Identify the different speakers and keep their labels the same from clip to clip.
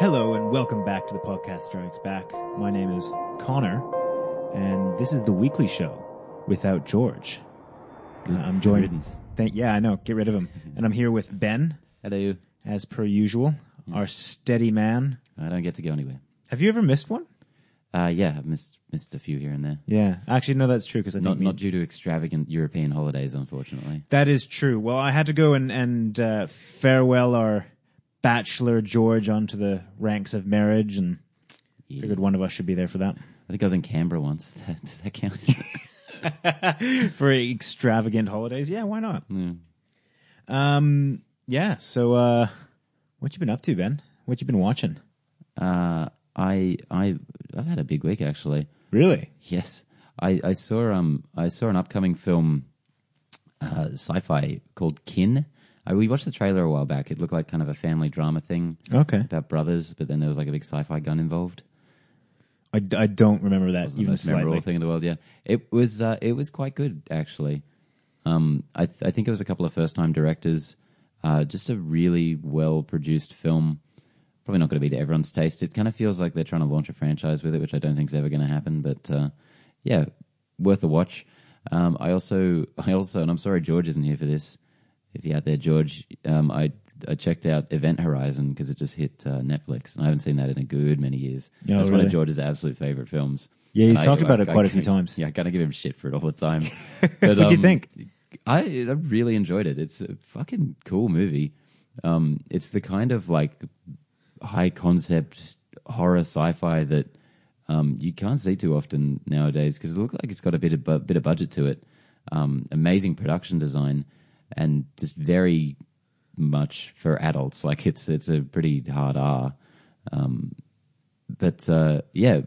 Speaker 1: Hello and welcome back to the podcast Strikes Back. My name is Connor, and this is the weekly show without George. Uh, I'm
Speaker 2: Good
Speaker 1: joined.
Speaker 2: riddance.
Speaker 1: Thank, yeah, I know. Get rid of him. And I'm here with Ben,
Speaker 2: Hello.
Speaker 1: as per usual, our steady man.
Speaker 2: I don't get to go anywhere.
Speaker 1: Mm. Have you ever missed one?
Speaker 2: Uh, yeah, I've missed missed a few here and there.
Speaker 1: Yeah, actually, no, that's true because I
Speaker 2: Not
Speaker 1: think me-
Speaker 2: not due to extravagant European holidays, unfortunately.
Speaker 1: that is true. Well, I had to go and and uh, farewell our bachelor George onto the ranks of marriage, and
Speaker 2: Yeah.
Speaker 1: figured one of us should be there for that.
Speaker 2: I think I was in Canberra once. That, does that count?
Speaker 1: for extravagant holidays. Yeah, why not?
Speaker 2: Yeah.
Speaker 1: Um, yeah. So, uh, what you been up to, Ben? What you been watching?
Speaker 2: uh, I I I've had a big week actually.
Speaker 1: Really?
Speaker 2: Yes, I, I saw um I saw an upcoming film, uh, sci-fi called Kin. I, we watched the trailer a while back. It looked like kind of a family drama thing
Speaker 1: Okay.
Speaker 2: about brothers, but then there was like a big sci-fi gun involved.
Speaker 1: I, I don't remember that
Speaker 2: the
Speaker 1: even
Speaker 2: most memorable
Speaker 1: slightly.
Speaker 2: thing in the world. Yeah, it was. Uh, it was quite good actually. Um, I, th- I think it was a couple of first-time directors. Uh, just a really well-produced film. Probably not going to be to everyone's taste. It kind of feels like they're trying to launch a franchise with it, which I don't think is ever going to happen. But uh, yeah, worth a watch. Um, I also, I also, and I'm sorry George isn't here for this. If you're out there, George, um, I I checked out Event Horizon because it just hit uh, Netflix, and I haven't seen that in a good many years.
Speaker 1: Oh,
Speaker 2: That's one
Speaker 1: really?
Speaker 2: of George's absolute favorite films.
Speaker 1: Yeah, he's
Speaker 2: And
Speaker 1: talked about it quite a few
Speaker 2: kinda-
Speaker 1: times.
Speaker 2: Yeah, I kind of give him shit for it all the time. But, um,
Speaker 1: What'd you think?
Speaker 2: I, I really enjoyed it. It's a fucking cool movie. Um, it's the kind of like high concept horror sci-fi that um, you can't see too often nowadays because it looks like it's got a bit of bu- bit of budget to it. Um, amazing production design and just very much for adults. Like it's it's a pretty hard R but uh, yeah,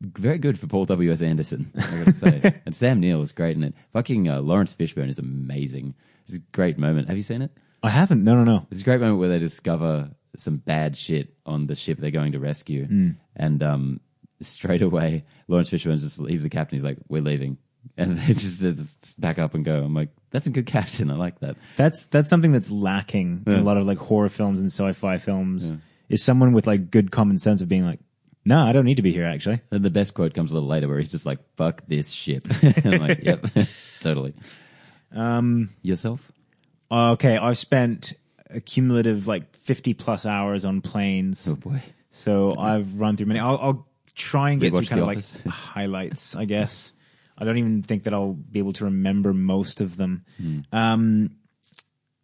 Speaker 2: very good for Paul W S Anderson. I gotta say, and Sam Neill is great in it. Fucking uh, Lawrence Fishburne is amazing. It's a great moment. Have you seen it?
Speaker 1: I haven't. No, no, no.
Speaker 2: It's a great moment where they discover some bad shit on the ship they're going to rescue, and um, straight away Lawrence Fishburne's just—he's the captain. He's like, "We're leaving," and they just, they just back up and go. I'm like, "That's a good captain. I like that."
Speaker 1: That's that's something that's lacking in a lot of like horror films and sci-fi films. Is someone with like good common sense of being like, no, I don't need to be here. Actually,
Speaker 2: Then the best quote comes a little later where he's just like, "Fuck this ship." and I'm like, "Yep, totally." Um, Yourself?
Speaker 1: okay, I've spent a cumulative like fifty plus hours on planes.
Speaker 2: Oh boy.
Speaker 1: So I've run through many. I'll, I'll try and get through
Speaker 2: Rewatch
Speaker 1: kind
Speaker 2: The
Speaker 1: of like
Speaker 2: Office.
Speaker 1: highlights, I guess. I don't even think that I'll be able to remember most of them.
Speaker 2: Hmm.
Speaker 1: Um,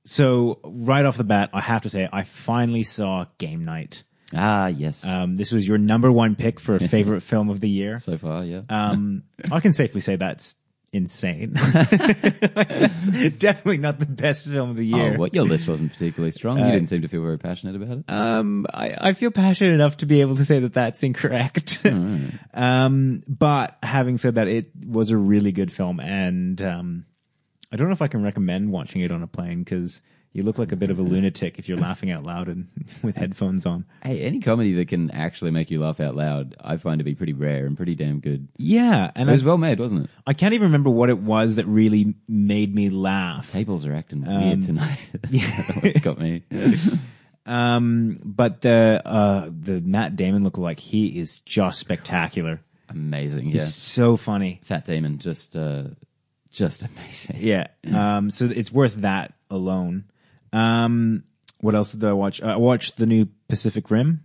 Speaker 1: so right off the bat, I have to say I finally saw Game Night.
Speaker 2: Ah, yes.
Speaker 1: Um, this was your number one pick for favorite film of the year.
Speaker 2: so far, yeah.
Speaker 1: Um, I can safely say that's insane. Like, that's definitely not the best film of the year.
Speaker 2: oh, what? Your list wasn't particularly strong.
Speaker 1: Uh,
Speaker 2: you didn't seem to feel very passionate about it.
Speaker 1: Um, I, I feel passionate enough to be able to say that that's incorrect. um, but having said that, it was a really good film, and um, I don't know if I can recommend watching it on a plane because you look like a bit of a lunatic if you're laughing out loud and with headphones on.
Speaker 2: hey, any comedy that can actually make you laugh out loud, I find to be pretty rare and pretty damn good.
Speaker 1: Yeah, and
Speaker 2: It
Speaker 1: I,
Speaker 2: was well made, wasn't it?
Speaker 1: I can't even remember what it was that really made me laugh.
Speaker 2: Tables are acting weird tonight. That's got me.
Speaker 1: Um, but the uh, the Matt Damon look like he is just spectacular.
Speaker 2: Amazing, yeah.
Speaker 1: So funny.
Speaker 2: Fat Damon, just, uh, just amazing.
Speaker 1: Yeah. Um, so it's worth that alone. Um, what else did I watch? Uh, I watched the new Pacific Rim.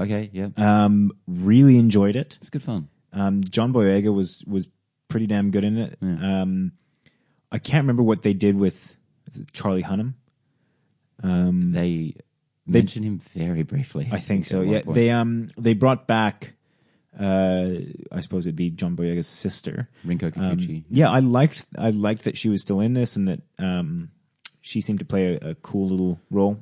Speaker 2: Okay, yeah.
Speaker 1: Um, really enjoyed it.
Speaker 2: it's good fun.
Speaker 1: Um, John Boyega was was pretty damn good in it. Um, I can't remember what they did with is it Charlie Hunnam.
Speaker 2: They mention him very briefly.
Speaker 1: mm. I think so.
Speaker 2: at one
Speaker 1: Yeah,
Speaker 2: point.
Speaker 1: they um they brought back. Uh, I suppose it'd be John Boyega's sister.
Speaker 2: Rinko
Speaker 1: Um,
Speaker 2: Kikuchi.
Speaker 1: yeah, I liked I liked that she was still in this and that um, she seemed to play a, a cool little role.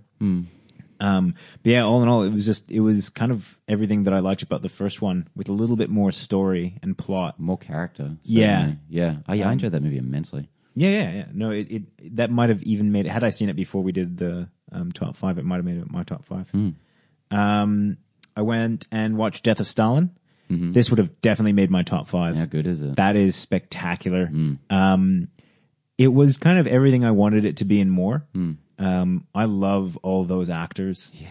Speaker 1: Um, but yeah, all in all, it was just it was kind of everything that I liked about the first one, with a little bit more story and plot.
Speaker 2: More character.
Speaker 1: Yeah. Um,
Speaker 2: certainly. Yeah. I, I enjoyed that movie immensely.
Speaker 1: Yeah, yeah, yeah. No, it, it that might have even made it. Had I seen it before we did the um, top five, it might have made it my top five. Um, I went and watched Death of Stalin. This would have definitely made my top five.
Speaker 2: How good is it?
Speaker 1: That is spectacular.
Speaker 2: Hmm.
Speaker 1: Um, it was kind
Speaker 2: Hmm.
Speaker 1: of everything I wanted it to be and more. Um, I love all those actors. Yeah.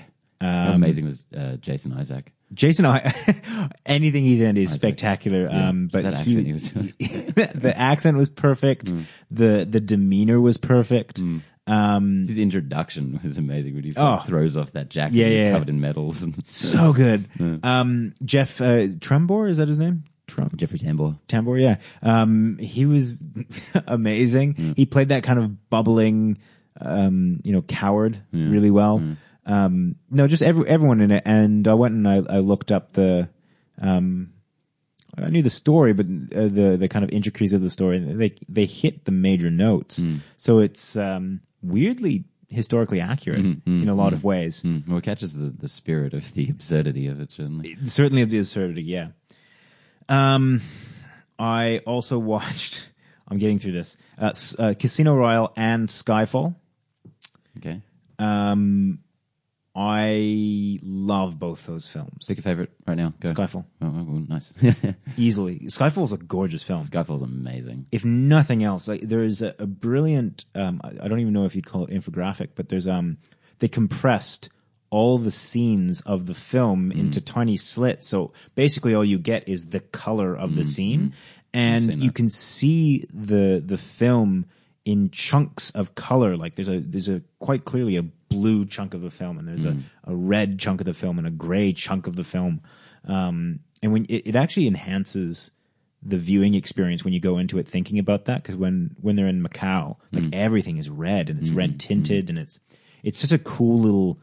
Speaker 2: How amazing was uh, Jason Isaac?
Speaker 1: Jason, I, anything he's in is
Speaker 2: Isaac's-
Speaker 1: spectacular.
Speaker 2: yeah,
Speaker 1: Um,
Speaker 2: just
Speaker 1: but
Speaker 2: that
Speaker 1: he-
Speaker 2: accent he was Hmm. doing.
Speaker 1: the accent was perfect. The the demeanor was perfect.
Speaker 2: Hmm.
Speaker 1: Um,
Speaker 2: His introduction was amazing when he sort of
Speaker 1: Oh.
Speaker 2: throws off that jacket.
Speaker 1: Yeah,
Speaker 2: he's
Speaker 1: yeah.
Speaker 2: covered in medals and
Speaker 1: so good.
Speaker 2: Hmm.
Speaker 1: Um, Jeff uh, Trumbore is that his name? Trump
Speaker 2: Jeffrey Tambor.
Speaker 1: Tambor, yeah. Um, he was amazing. He played that kind of bubbling, um, you know, coward really well. Um, no, just every, everyone in it. And I went and I, I looked up the, um, I knew the story, but uh, the the kind of intricacies of the story, and they they hit the major notes. So it's um, weirdly historically accurate in a lot of ways.
Speaker 2: Mm, well, it catches the, the spirit of the absurdity of it, certainly.
Speaker 1: certainly of the absurdity yeah um i also watched i'm getting through this uh, S- uh casino royale and skyfall
Speaker 2: Okay.
Speaker 1: um i love both those films
Speaker 2: Pick a favorite right now. Go.
Speaker 1: skyfall
Speaker 2: Oh, oh, oh, nice.
Speaker 1: easily skyfall's a gorgeous film
Speaker 2: Skyfall's amazing.
Speaker 1: if nothing else, like there is a, a brilliant. Um, I I don't even know if you'd call it infographic, but there's um, they compressed all the scenes of the film
Speaker 2: Mm-hmm.
Speaker 1: into tiny slits. So basically, all you get is the color of the scene,
Speaker 2: Mm-hmm. seen
Speaker 1: and you
Speaker 2: that.
Speaker 1: can see the the film in chunks of color. Like there's a there's a quite clearly a blue chunk of the film, and there's
Speaker 2: Mm.
Speaker 1: a, a red chunk of the film, and a gray chunk of the film. Um, and when it, it actually enhances the viewing experience when you go into it thinking about that because when when they're in Macau, like everything is red and it's red tinted and it's it's just a cool little.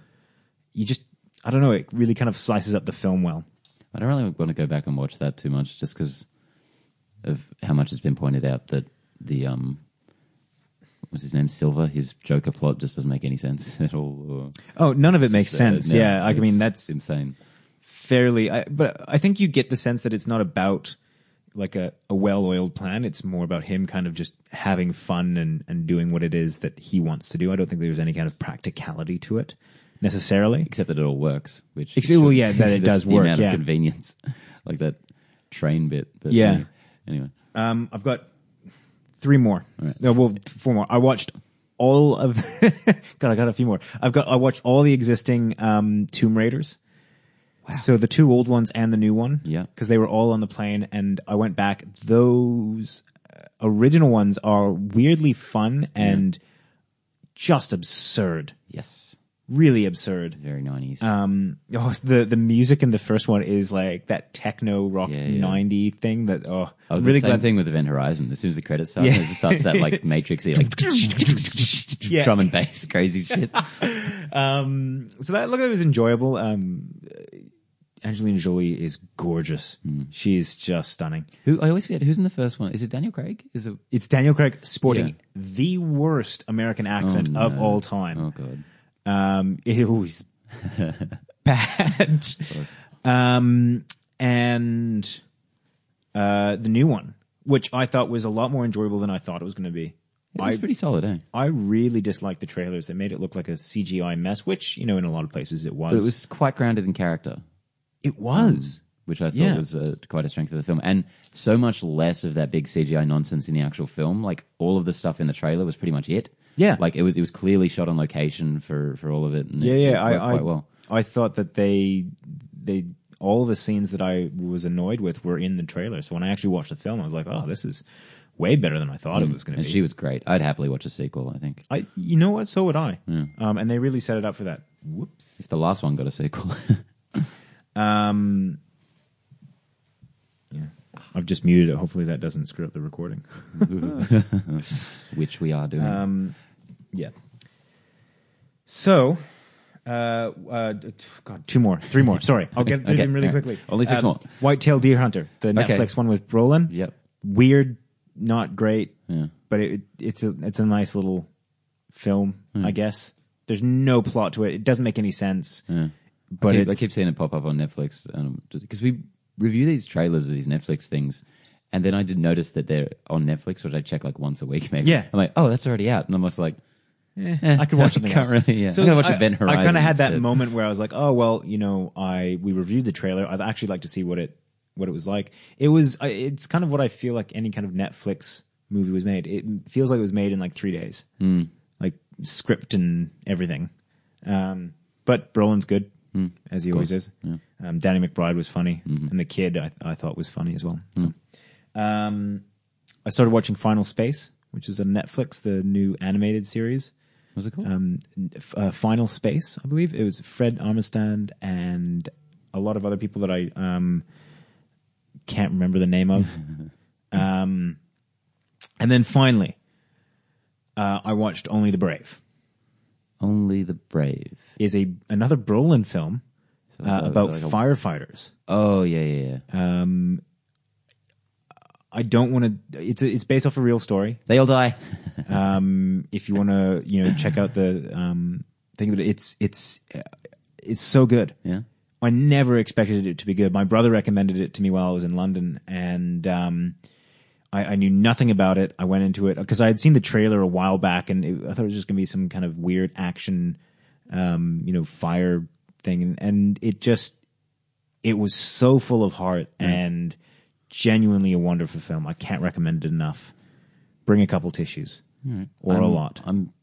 Speaker 1: You just I don't know. It really kind of slices up the film well.
Speaker 2: I don't really want to go back and watch that too much, just because of how much has been pointed out that the um, what was his name Silver, his Joker plot just doesn't make any sense at all. Or,
Speaker 1: Oh, none of it makes
Speaker 2: Uh,
Speaker 1: sense.
Speaker 2: no,
Speaker 1: yeah, like, I
Speaker 2: it's
Speaker 1: mean that's
Speaker 2: insane.
Speaker 1: fairly. I, but I think you get the sense that it's not about like a, a well-oiled plan. It's more about him kind of just having fun and and doing what it is that he wants to do. I don't think there's any kind of practicality to it necessarily.
Speaker 2: Except that it all works, which
Speaker 1: Except- well, yeah, that it
Speaker 2: that's
Speaker 1: does
Speaker 2: the
Speaker 1: work,
Speaker 2: amount
Speaker 1: yeah.
Speaker 2: of convenience, like that train bit. But
Speaker 1: Yeah.
Speaker 2: Anyway, anyway.
Speaker 1: Um, I've got three more. No, well, four more. I watched all of. God, I got a few more. I've got. I watched all the existing um, Tomb Raiders. So the two old ones and the new one.
Speaker 2: Yeah.
Speaker 1: Because they were all on the plane, and I went back. Those uh, original ones are weirdly fun and just absurd.
Speaker 2: yes,
Speaker 1: Really absurd.
Speaker 2: very nineties.
Speaker 1: Um, oh, the the music in the first one is like that techno rock
Speaker 2: Yeah, yeah.
Speaker 1: ninety thing that oh,
Speaker 2: I was
Speaker 1: really
Speaker 2: the same
Speaker 1: glad
Speaker 2: thing with Event Horizon. As soon as the credits start,
Speaker 1: Yeah.
Speaker 2: it just starts that like matrixy like
Speaker 1: Yeah.
Speaker 2: drum and bass crazy shit.
Speaker 1: so that look it was enjoyable. Um, Angelina Jolie is gorgeous.
Speaker 2: Hmm.
Speaker 1: She is just stunning.
Speaker 2: Who I always forget who's in the first one. Is it Daniel Craig? Is it
Speaker 1: It's Daniel Craig sporting
Speaker 2: Yeah.
Speaker 1: the worst American accent
Speaker 2: Oh,
Speaker 1: of
Speaker 2: no.
Speaker 1: all time.
Speaker 2: Oh god.
Speaker 1: Um, it was bad. um, and uh, the new one, which I thought was a lot more enjoyable than I thought it was going to be.
Speaker 2: It was
Speaker 1: I
Speaker 2: pretty solid, eh?
Speaker 1: I really disliked the trailers. They made it look like a CGI mess, which you know in a lot of places it was.
Speaker 2: But it was Hmm. quite grounded in character,
Speaker 1: It was.
Speaker 2: which I thought
Speaker 1: Yeah.
Speaker 2: was uh, quite a strength of the film, and so much less of that big CGI nonsense in the actual film. Like all of the stuff in the trailer was pretty much it.
Speaker 1: Yeah.
Speaker 2: like it was it was clearly shot on location for for all of it. And
Speaker 1: Yeah,
Speaker 2: it,
Speaker 1: yeah.
Speaker 2: it
Speaker 1: I,
Speaker 2: worked
Speaker 1: I,
Speaker 2: quite well.
Speaker 1: I thought that they they all the scenes that I was annoyed with were in the trailer. So when I actually watched the film, I was like, oh, this is way better than I thought it was going to
Speaker 2: Mm. And
Speaker 1: be.
Speaker 2: she was great. I'd happily watch a sequel. I think
Speaker 1: I, you know what? So would I. Um, and they really set it up for that. Whoops.
Speaker 2: if the last one got a sequel.
Speaker 1: Um, yeah, I've just muted it. Hopefully that doesn't screw up the recording.
Speaker 2: which we are doing.
Speaker 1: Um, yeah. So, uh, uh, t- God, two more, three more. Sorry, I'll get through
Speaker 2: Okay,
Speaker 1: them really
Speaker 2: all right.
Speaker 1: quickly.
Speaker 2: Only six more.
Speaker 1: Whitetail Deer Hunter, the
Speaker 2: Okay.
Speaker 1: Netflix one with Brolin.
Speaker 2: Yep.
Speaker 1: Weird, not great,
Speaker 2: Yeah.
Speaker 1: but it, it's a it's a nice little film,
Speaker 2: Hmm.
Speaker 1: I guess. There's no plot to it. It doesn't make any sense. But
Speaker 2: I keep, I
Speaker 1: it's,
Speaker 2: keep seeing it pop up on Netflix because we review these trailers of these Netflix things, and then I did notice that they're on Netflix, which I check like once a week maybe.
Speaker 1: Yeah.
Speaker 2: I'm like, oh, that's already out, and I'm just like,
Speaker 1: I could watch
Speaker 2: I
Speaker 1: something
Speaker 2: can't
Speaker 1: else.
Speaker 2: really- yeah. I'm gonna watch Event
Speaker 1: I kind
Speaker 2: Horizon
Speaker 1: of had that
Speaker 2: instead.
Speaker 1: moment where I was like, "Oh well, you know, I we reviewed the trailer. I'd actually like to see what it what it was like. It was. I- It's kind of what I feel like any kind of Netflix movie was made. It feels like it was made in like three
Speaker 2: Hmm.
Speaker 1: days, like script and everything. Um, but Brolin's good. as he always
Speaker 2: Hmm. course, Mm-hmm.
Speaker 1: is. Um, Danny McBride was funny, and the kid I, I thought was funny as well.
Speaker 2: Hmm.
Speaker 1: So, um, I started watching Final Space, which is on Netflix, the new animated series.
Speaker 2: Was it called?
Speaker 1: Um, f- uh, Final Space, I believe it was Fred Armistead and a lot of other people that I um, can't remember the name of. um, and then finally, uh, I watched Only the Brave.
Speaker 2: Only the brave.
Speaker 1: Is a another Brolin film
Speaker 2: So
Speaker 1: uh,
Speaker 2: that was
Speaker 1: about
Speaker 2: like a-
Speaker 1: firefighters.
Speaker 2: Oh yeah, yeah, yeah.
Speaker 1: I don't want to. It's a, it's based off a real story.
Speaker 2: they all die.
Speaker 1: Um, if you want to, you know, check out the um, thing that it's it's uh, it's so good.
Speaker 2: yeah.
Speaker 1: I never expected it to be good. My brother recommended it to me while I was in London, and um, I, I knew nothing about it. I went into it because I had seen the trailer a while back, and it, I thought it was just going to be some kind of weird action, um, you know, fire thing, and it just it was so full of heart
Speaker 2: Mm.
Speaker 1: and genuinely a wonderful film. I can't recommend it enough. Bring a couple tissues or a
Speaker 2: I'm-
Speaker 1: lot.
Speaker 2: I'm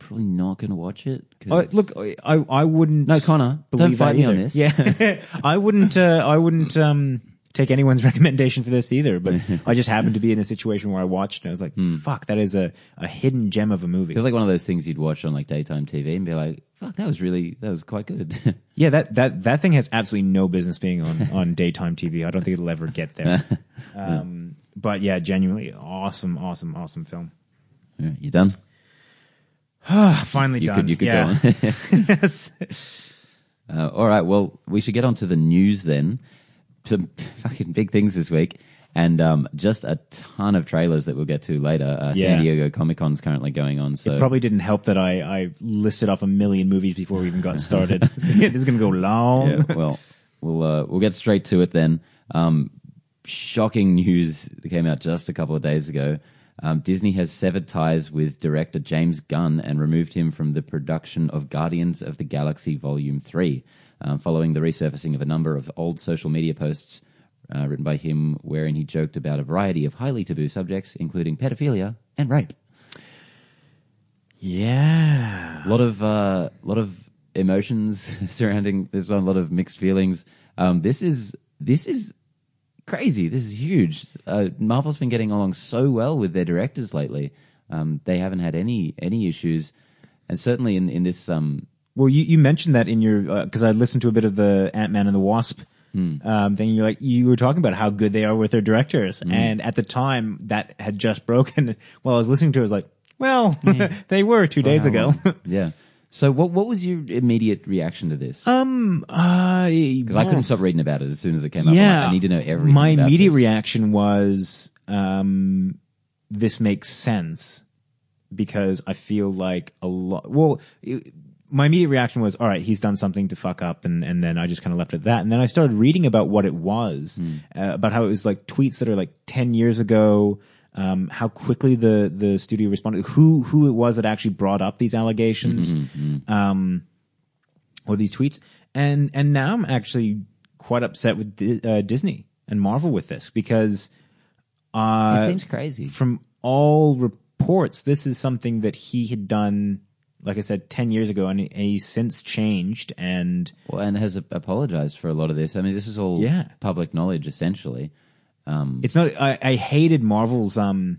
Speaker 2: probably not going to watch it. 'cause-
Speaker 1: I, look, I I wouldn't.
Speaker 2: no, Connor, don't
Speaker 1: believe
Speaker 2: fight
Speaker 1: that
Speaker 2: me on
Speaker 1: either.
Speaker 2: this.
Speaker 1: Yeah, I wouldn't. Uh, I wouldn't um, take anyone's recommendation for this either. But I just happened to be in a situation where I watched and I was like, "Fuck, that is a, a hidden gem of a movie."
Speaker 2: Hmm. It was like one of those things you'd watch on like daytime TV and be like, "Fuck, that was really that was quite good."
Speaker 1: yeah, that that that thing has absolutely no business being on on daytime TV. I don't think it'll ever get there. Um, but yeah, genuinely awesome, awesome, awesome film.
Speaker 2: All right, you done?
Speaker 1: Finally
Speaker 2: You
Speaker 1: done.
Speaker 2: could you could
Speaker 1: yeah.
Speaker 2: go on.
Speaker 1: Yes.
Speaker 2: Uh, all right. Well, we should get on to the news then. Some fucking big things this week, and um, just a ton of trailers that we'll get to later. Uh,
Speaker 1: Yeah.
Speaker 2: San Diego Comic Con's currently going on, so
Speaker 1: Probably didn't help that I, I listed off a million movies before we even got started. this is going to go long.
Speaker 2: yeah, well, we'll uh, we'll get straight to it then. Um, shocking news that came out just a couple of days ago. Um, Disney has severed ties with director James Gunn and removed him from the production of Guardians of the Galaxy Volume Three, um, following the resurfacing of a number of old social media posts. Uh, written by him, wherein he joked about a variety of highly taboo subjects, including pedophilia and rape.
Speaker 1: yeah.
Speaker 2: A lot of uh, lot of emotions surrounding this one. A lot of mixed feelings. Um, this is this is crazy. This is huge. Uh, Marvel's been getting along so well with their directors lately. Um, they haven't had any any issues, and certainly in in this um,
Speaker 1: Well, you, you mentioned that in your because I listened to a bit of the Ant Man and the Wasp
Speaker 2: Hmm.
Speaker 1: um, thing. You're like you were talking about how good they are with their directors,
Speaker 2: Hmm.
Speaker 1: and at the time that had just broken. While I was listening to, it, I was like, "Well,
Speaker 2: Hmm.
Speaker 1: they were two days ago."
Speaker 2: yeah. So what what was your immediate reaction to this?
Speaker 1: um, I
Speaker 2: Because I couldn't stop reading about it as soon as it came up. I'm
Speaker 1: Yeah,
Speaker 2: like, I need to know everything.
Speaker 1: My
Speaker 2: about
Speaker 1: immediate
Speaker 2: this.
Speaker 1: reaction was, um, "This makes sense," because I feel like a lot. Well, it- my immediate reaction was, "All right, he's done something to fuck up," and and then I just kind of left it at that. And then I started reading about what it was,
Speaker 2: Hmm.
Speaker 1: uh, about how it was like tweets that are like ten years ago. Um, how quickly the the studio responded, who who it was that actually brought up these
Speaker 2: Mm-hmm.
Speaker 1: allegations, or these tweets. And and now I'm actually quite upset with Di- uh, Disney and Marvel with this because
Speaker 2: It seems crazy.
Speaker 1: from all reports, this is something that he had done, like I said, ten years ago, and he- and he's since changed. And
Speaker 2: Well, and has apologized for a lot of this. I mean, this is all
Speaker 1: Yeah.
Speaker 2: public knowledge essentially.
Speaker 1: it's not. I, I hated Marvel's um,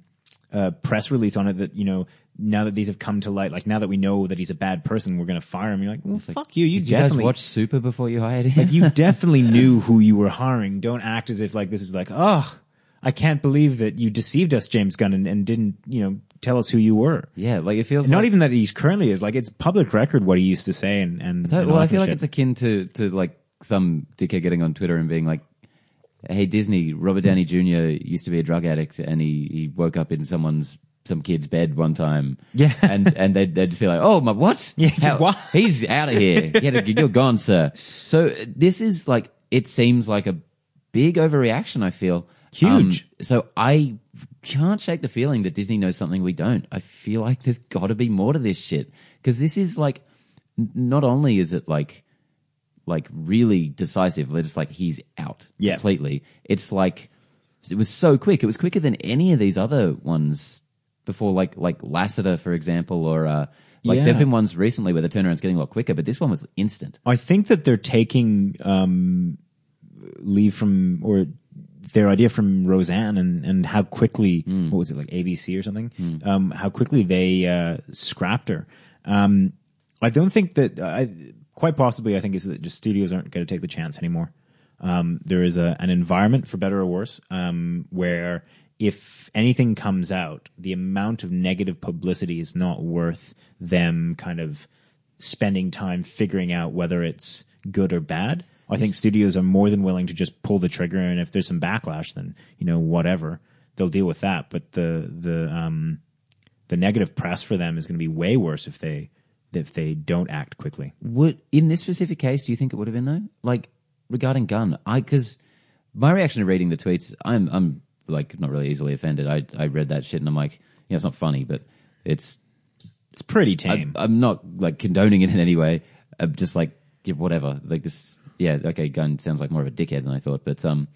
Speaker 1: uh, press release on it that you know. Now that these have come to light, like now that we know that he's a bad person, we're going to fire him. You're like, well, fuck you. You
Speaker 2: Did you guys
Speaker 1: definitely
Speaker 2: watch Super before you hired him?
Speaker 1: Like, you definitely knew who you were hiring. Don't act as if like this is like, oh, I can't believe that you deceived us, James Gunn, and, and didn't you know tell us who you were.
Speaker 2: yeah, like it feels
Speaker 1: Not
Speaker 2: like,
Speaker 1: even that he's currently is like it's public record what he used to say and and
Speaker 2: So-
Speaker 1: and
Speaker 2: well,
Speaker 1: all
Speaker 2: I
Speaker 1: that
Speaker 2: feel like
Speaker 1: shit.
Speaker 2: it's akin to to like some dickhead getting on Twitter and being like, "Hey Disney, Robert Downey Jr. used to be a drug addict, and he he woke up in someone's." Some kid's bed one time,
Speaker 1: Yeah.
Speaker 2: and and they'd, they'd just be like, "Oh my, what?
Speaker 1: Yeah, it's like, what?
Speaker 2: He's out of here. Get a, you're gone, sir." So uh, this is like it seems like a big overreaction. I feel Um,
Speaker 1: Huge.
Speaker 2: so I can't shake the feeling that Disney knows something we don't. I feel like there's got to be more to this shit because this is like n- not only is it like like really decisive, it's like he's out
Speaker 1: Yeah.
Speaker 2: completely. It's like it was so quick. It was quicker than any of these other ones before, like like Lassiter, for example, or uh, Like
Speaker 1: Yeah.
Speaker 2: there've been ones recently where the turnaround's getting a lot quicker, but this one was instant.
Speaker 1: I think that they're taking um, leave from or their idea from Roseanne and and how quickly
Speaker 2: Hmm.
Speaker 1: what was it like ABC or something? Um, how quickly they uh, scrapped her. Um, I don't think that I quite possibly I think is that just studios aren't going to take the chance anymore. Um, there is a, an environment for better or worse um, where if anything comes out, the amount of negative publicity is not worth them kind of spending time figuring out whether it's good or bad. I think studios are more than willing to just pull the trigger, and if there's some backlash, then you know whatever they'll deal with that. But the the um, the negative press for them is going to be way worse if they if they don't act quickly.
Speaker 2: Would in this specific case, do you think it would have been though? Like regarding gun, I because my reaction to reading the tweets, I'm I'm like not really easily offended. I I read that shit and I'm like, you know, it's not funny, but it's
Speaker 1: It's pretty
Speaker 2: I,
Speaker 1: tame.
Speaker 2: I'm not like condoning it in any way. I'm just like, yeah, whatever. Like this, yeah, okay. Gun sounds like more of a dickhead than I thought. But um,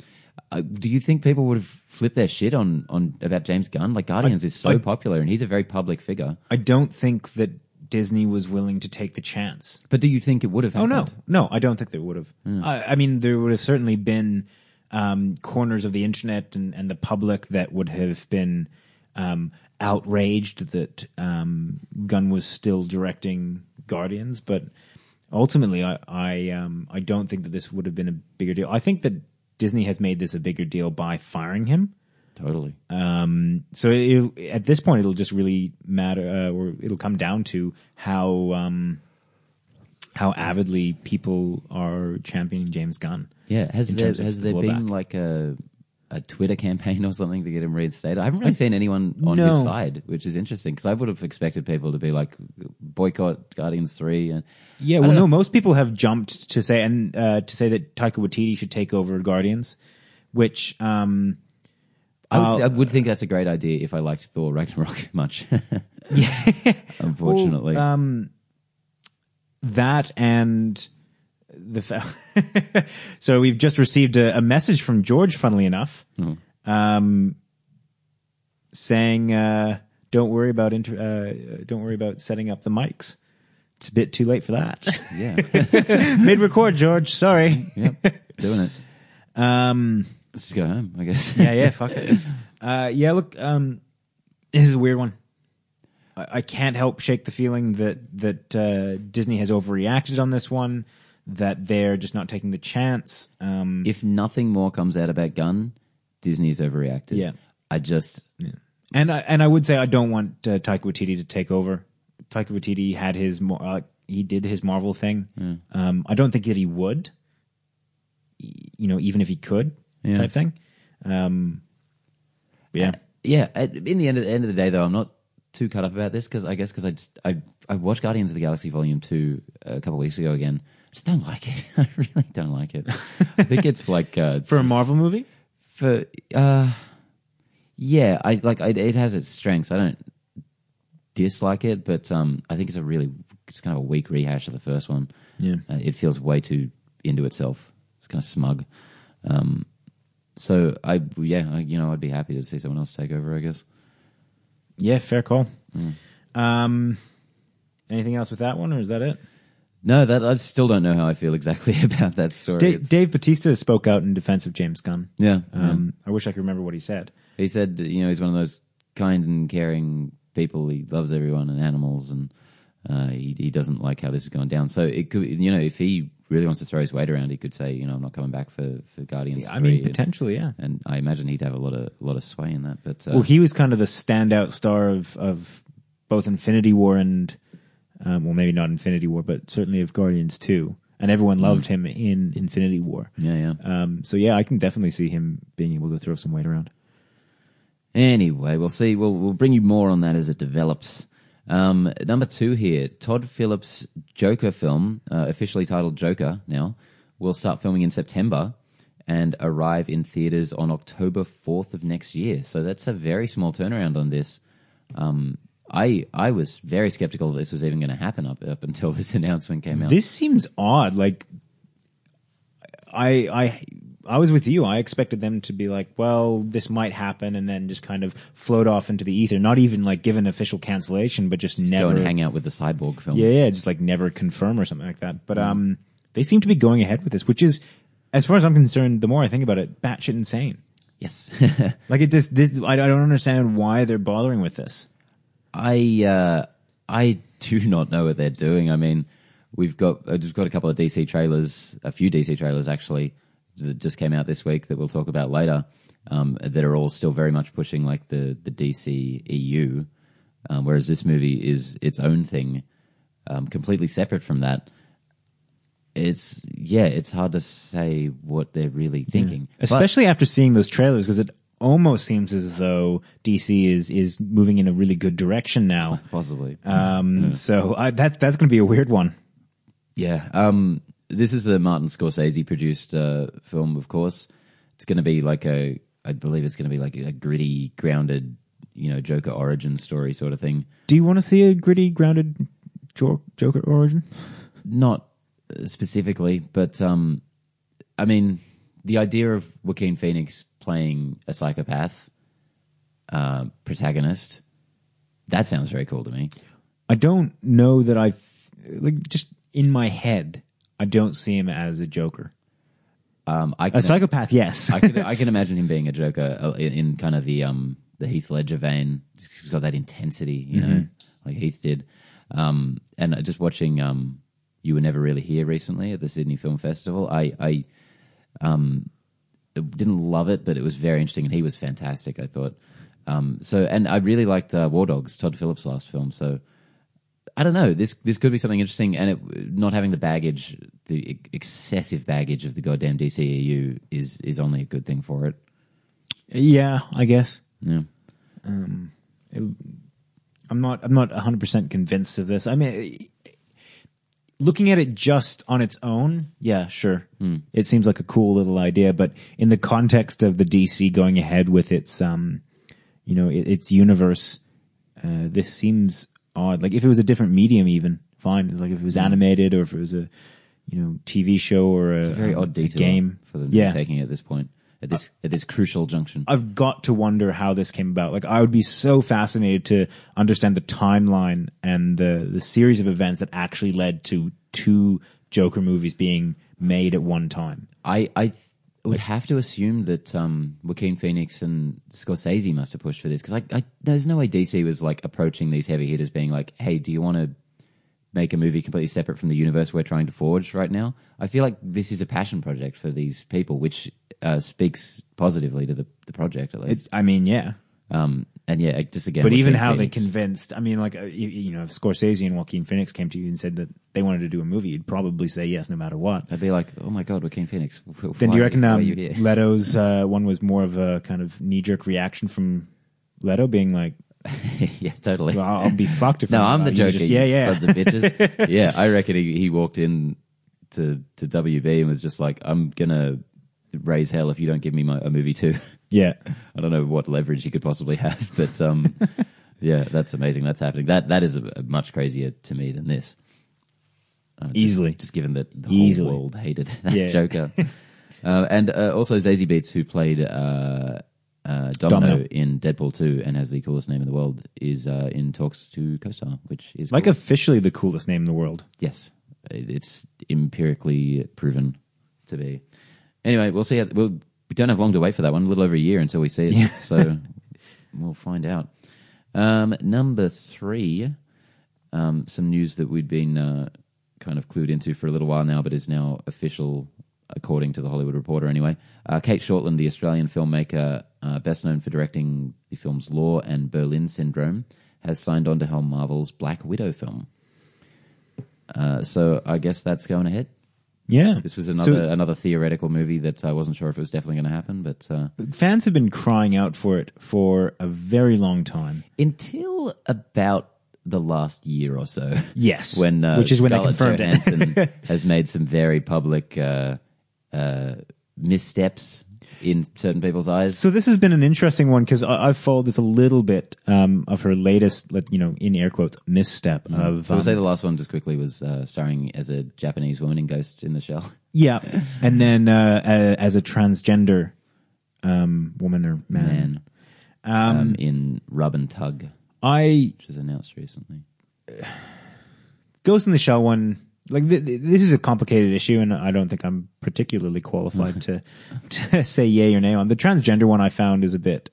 Speaker 2: uh, do you think people would have flipped their shit on on about James Gunn? Like Guardians is so
Speaker 1: I-
Speaker 2: popular and he's a very public figure.
Speaker 1: I, don't think that Disney was willing to take the chance.
Speaker 2: But do you think it would have?
Speaker 1: Oh
Speaker 2: Happened?
Speaker 1: no, no, I don't think they would have. I, I mean, there would have certainly been um, corners of the internet and, and the public that would have been um, outraged that um, Gunn was still directing Guardians, but ultimately, I I, um, I don't think that this would have been a bigger deal. I think that Disney has made this a bigger deal by firing him.
Speaker 2: totally.
Speaker 1: Um, so it, at this point, it'll just really matter, uh, or it'll come down to how um, how avidly people are championing James Gunn.
Speaker 2: Yeah, has
Speaker 1: in
Speaker 2: there
Speaker 1: terms of
Speaker 2: has
Speaker 1: the
Speaker 2: there been
Speaker 1: blowback.
Speaker 2: like a a Twitter campaign or something to get him reinstated? I haven't really seen anyone on his
Speaker 1: No.
Speaker 2: side, which is interesting because I would have expected people to be like boycott Guardians three and
Speaker 1: Yeah,
Speaker 2: I
Speaker 1: well,
Speaker 2: don't
Speaker 1: no,
Speaker 2: know.
Speaker 1: most people have jumped to say and uh, to say that Taika Waititi should take over Guardians, which um,
Speaker 2: I
Speaker 1: Uh,
Speaker 2: would, I would think that's a great idea if I liked Thor Ragnarok much. Unfortunately.
Speaker 1: Well, um, that and the fa- so we've just received a, a message from George, funnily enough, um, saying, uh, "Don't worry about inter- uh, don't worry about setting up the mics. It's a bit too late for that.
Speaker 2: yeah.
Speaker 1: Mid record, George. Sorry.
Speaker 2: yep. Doing it.
Speaker 1: Um,
Speaker 2: Let's just go home, I guess.
Speaker 1: yeah, yeah, fuck it. Uh, yeah, look, um, this is a weird one. I, I can't help shake the feeling that that uh, Disney has overreacted on this one. That they're just not taking the chance. Um,
Speaker 2: If nothing more comes out about Gun, Disney's overreacted.
Speaker 1: Yeah.
Speaker 2: I just
Speaker 1: and I, and I would say I don't want uh, Taika Waititi to take over. Taika Waititi had his Mar- uh, he did his Marvel thing. Um, I don't think that he would. y- You know, even if he could,
Speaker 2: Yeah.
Speaker 1: type thing. Um, yeah.
Speaker 2: yeah. At, in the end, at the end of the day, though, I'm not too cut up about this because I guess because I, just- I I watched Guardians of the Galaxy Volume Two a couple weeks ago again. I just don't like it. I really don't like it. I think it's like uh,
Speaker 1: For a Marvel movie,
Speaker 2: for uh yeah i like I, it has its strengths i don't dislike it but um i think it's a really it's kind of a weak rehash of the first one
Speaker 1: Yeah.
Speaker 2: uh, it feels way too into itself it's kind of smug um so i yeah I, you know i'd be happy to see someone else take over i guess
Speaker 1: Yeah, fair call. Um, anything else with that one, or is that it?
Speaker 2: no that i still don't know how i feel exactly about that story
Speaker 1: Da-
Speaker 2: It's-
Speaker 1: Dave Batista spoke out in defense of James Gunn.
Speaker 2: yeah
Speaker 1: Um, I wish I could remember what he said.
Speaker 2: He said, you know, he's one of those kind and caring people. He loves everyone and animals, and uh, he he doesn't like how this has gone down. So it could, you know, if he really wants to throw his weight around, he could say, you know, I'm not coming back for for Guardians.
Speaker 1: I mean,
Speaker 2: 3.
Speaker 1: potentially, yeah.
Speaker 2: and I imagine he'd have a lot of a lot of sway in that. But uh,
Speaker 1: Well, he was kind of the standout star of of both Infinity War and um, well, maybe not Infinity War, but certainly of Guardians Two, and
Speaker 2: Hmm.
Speaker 1: everyone loved him in Infinity War.
Speaker 2: yeah, yeah.
Speaker 1: Um, so yeah, I can definitely see him being able to throw some weight around.
Speaker 2: Anyway, we'll see. We'll we'll bring you more on that as it develops. Um, number two here, Todd Phillips' Joker film, uh, officially titled Joker now, will start filming in September and arrive in theaters on October fourth of next year. So that's a very small turnaround on this. Um, I I was very skeptical that this was even going to happen up up until this announcement came out.
Speaker 1: This seems odd. Like I I I was with you. I expected them to be like, well, this might happen, and then just kind of float off into the ether, not even like give an official cancellation, but just,
Speaker 2: Go
Speaker 1: never
Speaker 2: and hang out with the cyborg film.
Speaker 1: yeah, yeah, just like never confirm or something like that. But um, they seem to be going ahead with this, which is, as far as I'm concerned, the more I think about it, batshit insane.
Speaker 2: Yes.
Speaker 1: Like it just this, I, I don't understand why they're bothering with this.
Speaker 2: I uh, I do not know what they're doing. I mean, we've got uh, we've got a couple of DC trailers, a few DC trailers actually that just came out this week that we'll talk about later. Um, that are all still very much pushing like the the DC EU, um, whereas this movie is its own thing, um, completely separate from that. It's yeah, it's hard to say what they're really thinking, But-
Speaker 1: especially after seeing those trailers because it almost seems as though DC is is moving in a really good direction now.
Speaker 2: possibly.
Speaker 1: Um, so I, that that's going to be a weird one.
Speaker 2: Yeah. Um, this is the Martin Scorsese produced uh, film, of course. It's going to be like a, I believe it's going to be like a gritty, grounded, you know, Joker origin story sort of thing.
Speaker 1: Do you want to see a gritty, grounded jo- Joker origin?
Speaker 2: Not uh, specifically, but um, I mean, the idea of Joaquin Phoenix playing a psychopath uh, protagonist, that sounds very cool to me.
Speaker 1: I don't know that I like just in my head. I don't see him as a Joker.
Speaker 2: Um, I
Speaker 1: A
Speaker 2: can
Speaker 1: psychopath, yes.
Speaker 2: I can I can imagine him being a Joker uh, in, in kind of the um the Heath Ledger vein. He's got that intensity, you know, like Heath did. Um, and uh, just watching um, you were never really here recently at the Sydney Film Festival. I I um didn't love it, but it was very interesting, and he was fantastic. I thought. Um, so and I really liked uh, War Dogs, Todd Phillips' last film. So I don't know. This this could be something interesting, and it, not having the baggage, the ex- excessive baggage of the goddamn DCEU is is only a good thing for it.
Speaker 1: yeah, I guess. Um,
Speaker 2: Yeah,
Speaker 1: I'm not I'm not 100% convinced of this. I mean looking at it just on its own, yeah, sure.
Speaker 2: Hmm.
Speaker 1: It seems like a cool little idea, but in the context of the DC going ahead with its um you know, it, its universe, uh this seems odd. Like if it was a different medium even, fine. Like if it
Speaker 2: Hmm.
Speaker 1: was animated or if it was a you know, TV show or a,
Speaker 2: it's a very
Speaker 1: um,
Speaker 2: odd
Speaker 1: a
Speaker 2: detail
Speaker 1: game
Speaker 2: for them to be
Speaker 1: Yeah. Uh,
Speaker 2: taking at this point, at this at this crucial junction.
Speaker 1: I've got to wonder how this came about. Like, I would be so fascinated to understand the timeline and the the series of events that actually led to two Joker movies being made at one time.
Speaker 2: I I would have to assume that um, Joaquin Phoenix and Scorsese must have pushed for this because I, I there's no way DC was like approaching these heavy hitters being like, hey, do you want to make a movie completely separate from the universe we're trying to forge right now? I feel like this is a passion project for these people, which uh, speaks positively to the, the project at least.
Speaker 1: It, I mean, yeah.
Speaker 2: um, and yeah, just again,
Speaker 1: But even
Speaker 2: Joaquin
Speaker 1: how they
Speaker 2: Phoenix-
Speaker 1: convinced, I mean, like, uh, you, you know, if Scorsese and Joaquin Phoenix came to you and said that they wanted to do a movie, you'd probably say yes no matter what.
Speaker 2: I'd be like, oh my god, Joaquin Phoenix.
Speaker 1: Then do you reckon um,
Speaker 2: you here?
Speaker 1: Leto's uh, one was more of a kind of knee jerk reaction from Leto being like,
Speaker 2: yeah, totally.
Speaker 1: well, I'll be fucked if
Speaker 2: No,
Speaker 1: I'm,
Speaker 2: I'm the
Speaker 1: allowed. You
Speaker 2: Joker.
Speaker 1: just-
Speaker 2: you
Speaker 1: Yeah, yeah.
Speaker 2: Sons of bitches. yeah, I reckon he, he walked in to, to WB and was just like, I'm going to raise hell if you don't give me my, a movie too.
Speaker 1: yeah.
Speaker 2: I don't know what leverage he could possibly have, but um, yeah, that's amazing. That's happening. That That is a, a much crazier to me than this. Uh, just-
Speaker 1: Easily.
Speaker 2: Just, given that the
Speaker 1: Easily.
Speaker 2: whole world hated that
Speaker 1: Yeah.
Speaker 2: Joker. uh, and uh, also Zazie Beats, who played uh, uh, Domino,
Speaker 1: Domino.
Speaker 2: in Deadpool 2 and has the coolest name in the world, is uh, in talks to co-star, which is
Speaker 1: Like
Speaker 2: cool.
Speaker 1: officially the coolest name in the world.
Speaker 2: Yes, It- it's empirically proven to be. Anyway, we'll see. How, we'll, we don't have long to wait for that one. A little over a year until we see it. So we'll find out. Um, number three, um, some news that we'd been uh, kind of clued into for a little while now, but is now official, according to the Hollywood Reporter. Anyway, uh, Kate Shortland, the Australian filmmaker, uh, best known for directing the films Law and Berlin Syndrome, has signed on to helm Marvel's Black Widow film. Uh, so I guess that's going ahead.
Speaker 1: Yeah.
Speaker 2: This was
Speaker 1: So
Speaker 2: another another theoretical movie that I wasn't sure if it was definitely going to happen, but uh,
Speaker 1: fans have been crying out for it for a very long time.
Speaker 2: until about the last year or so,
Speaker 1: Yes.
Speaker 2: when uh,
Speaker 1: which is when
Speaker 2: Scarlett
Speaker 1: they confirmed it.
Speaker 2: Johansson has made some very public uh, uh, missteps in certain people's eyes.
Speaker 1: So this has been an interesting one because I've followed this a little bit um, of her latest, like, you know, in air quotes, misstep of
Speaker 2: So we'll
Speaker 1: um,
Speaker 2: say the last one just quickly was uh, starring as a Japanese woman in Ghost in the Shell.
Speaker 1: yeah, and then uh, a- as a transgender um, woman or man,
Speaker 2: Man. um, in Rub and Tug,
Speaker 1: I
Speaker 2: which was announced recently.
Speaker 1: Ghost in the Shell one, like th- th- this is a complicated issue, and I don't think I'm particularly qualified to to say yay or nay on the transgender one. I found is a bit.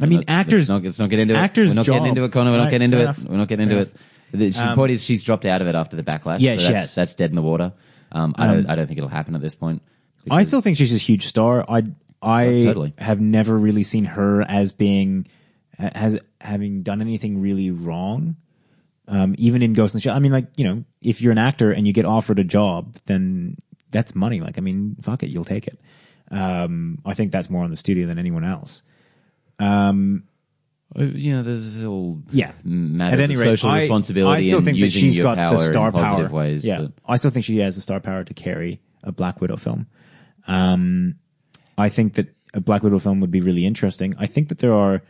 Speaker 1: I mean,
Speaker 2: Let's-
Speaker 1: actors.
Speaker 2: Let's not, let's not get into
Speaker 1: actors'
Speaker 2: it. We're not
Speaker 1: job.
Speaker 2: getting into it, Connor. We're
Speaker 1: Right,
Speaker 2: not getting into
Speaker 1: fair
Speaker 2: it.
Speaker 1: enough. Um,
Speaker 2: We're not getting into it. The she- point is, she's dropped out of it after the backlash.
Speaker 1: Yeah,
Speaker 2: so
Speaker 1: she
Speaker 2: that's,
Speaker 1: has.
Speaker 2: That's dead in the water. Um, I don't. I don't think it'll happen at this point.
Speaker 1: I still think she's a huge star. I I
Speaker 2: Oh, totally.
Speaker 1: have never really seen her as being as having done anything really wrong. Um, even in Ghost in the Shell, I mean, like you know, if you're an actor and you get offered a job, then that's money. Like, I mean, fuck it, you'll take it. Um, I think that's more on the studio than anyone else.
Speaker 2: Uh, you know, there's all
Speaker 1: Yeah.
Speaker 2: matters
Speaker 1: At any
Speaker 2: of
Speaker 1: rate,
Speaker 2: social
Speaker 1: I-
Speaker 2: responsibility.
Speaker 1: I still
Speaker 2: and
Speaker 1: think that
Speaker 2: using
Speaker 1: she's
Speaker 2: your
Speaker 1: got
Speaker 2: power
Speaker 1: the star
Speaker 2: in positive
Speaker 1: power.
Speaker 2: ways.
Speaker 1: yeah,
Speaker 2: but-
Speaker 1: I still think she has the star power to carry a Black Widow film. Um, I think that a Black Widow film would be really interesting. I think that there are,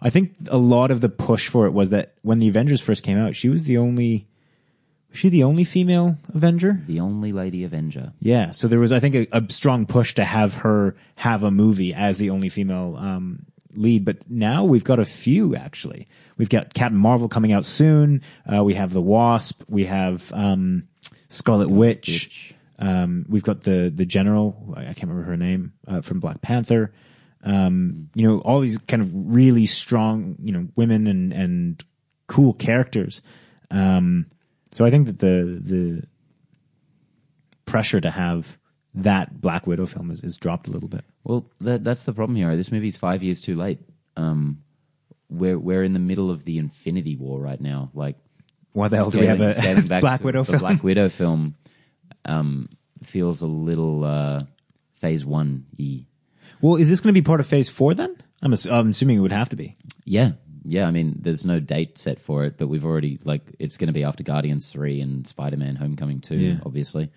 Speaker 1: I think a lot of the push for it was that when the Avengers first came out, she was the only, was she the only female Avenger?
Speaker 2: the only lady Avenger.
Speaker 1: Yeah, so there was, I think, a, a strong push to have her have a movie as the only female um, lead. But now we've got a few actually. We've got Captain Marvel coming out soon. Uh, we have the Wasp. We have um, Scarlet Witch.
Speaker 2: Witch.
Speaker 1: Um, we've got the the General. I I can't remember her name uh, from Black Panther. Um, you know, all these kind of really strong, you know, women and and cool characters. Um, so I think that the the pressure to have that Black Widow film is, is dropped a little bit.
Speaker 2: Well, that, that's the problem here. This movie's five years too late. Um, we're we're in the middle of the Infinity War right now. Like,
Speaker 1: Why the hell do we
Speaker 2: scaling-
Speaker 1: have a
Speaker 2: scaling back
Speaker 1: Black
Speaker 2: to
Speaker 1: Widow
Speaker 2: the
Speaker 1: film?
Speaker 2: Black Widow film um, feels a little uh, Phase One e.
Speaker 1: well, is this going to be part of Phase Four then? I'm, ass- I'm assuming it would have to be.
Speaker 2: Yeah, yeah. I mean, there's no date set for it, but we've already like it's going to be after Guardians Three and Spider Man Homecoming Two,
Speaker 1: Yeah.
Speaker 2: obviously.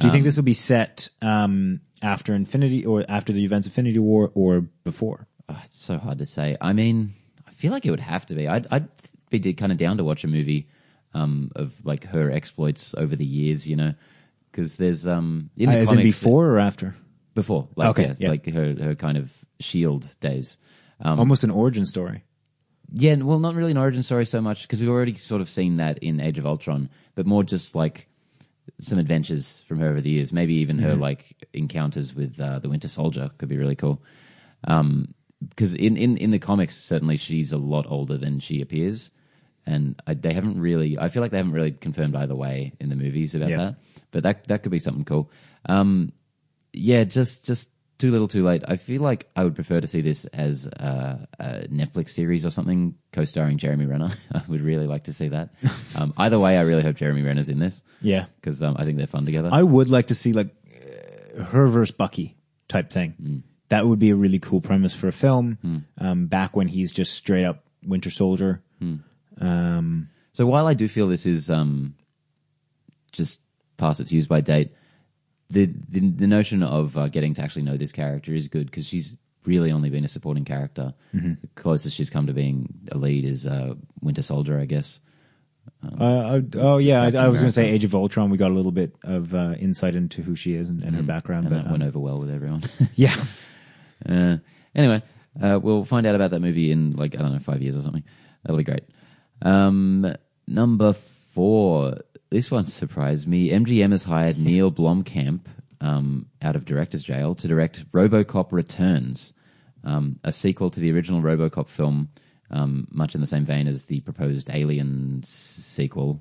Speaker 1: Do you think this will be set um, after Infinity or after the events of Infinity War or before?
Speaker 2: Oh, it's so hard to say. I mean, I feel like it would have to be. I'd, I'd be kind of down to watch a movie um, of like her exploits over the years, you know, because there's um in the
Speaker 1: Uh, As in
Speaker 2: comics
Speaker 1: before or after?
Speaker 2: before, like
Speaker 1: Okay,
Speaker 2: yeah,
Speaker 1: yeah.
Speaker 2: like her her kind of shield days. Um,
Speaker 1: Almost an origin story.
Speaker 2: Yeah, n- well, not really an origin story so much because we've already sort of seen that in Age of Ultron, but more just like some adventures from her over the years. Maybe even her like encounters with uh, the Winter Soldier could be really cool. Because in, in in the comics, certainly she's a lot older than she appears, and I, they haven't really. I feel like they haven't really confirmed either way in the movies about
Speaker 1: Yeah.
Speaker 2: that. But that that could be something cool. Um, yeah, just just too little, too late. I feel like I would prefer to see this as a, a Netflix series or something, co-starring Jeremy Renner. I would really like to see that. um, either way, I really hope Jeremy Renner's in this
Speaker 1: Yeah,
Speaker 2: because um, I think they're fun together.
Speaker 1: I would like to see like uh, her versus Bucky type thing.
Speaker 2: Hmm.
Speaker 1: That would be a really cool premise for a film. Um, back when he's just straight up Winter Soldier. Um,
Speaker 2: So while I do feel this is um, just past its use by date, the the, the notion of uh, getting to actually know this character is good because she's really only been a supporting character. The closest she's come to being a lead is uh, Winter Soldier, I guess.
Speaker 1: Uh, I- oh yeah, I, I was going
Speaker 2: America.
Speaker 1: to say Age of Ultron. We got a little bit of uh, insight into who she is and, and her background,
Speaker 2: Mm-hmm. And
Speaker 1: but
Speaker 2: that went
Speaker 1: um,
Speaker 2: over well with everyone.
Speaker 1: yeah,
Speaker 2: uh, anyway, uh, we'll find out about that movie in like I don't know five years or something. That'll be great. Um, number four. This one surprised me. MGM has hired Neil Blomkamp um, out of director's jail to direct RoboCop Returns, um, a sequel to the original RoboCop film, um, much in the same vein as the proposed Alien s- sequel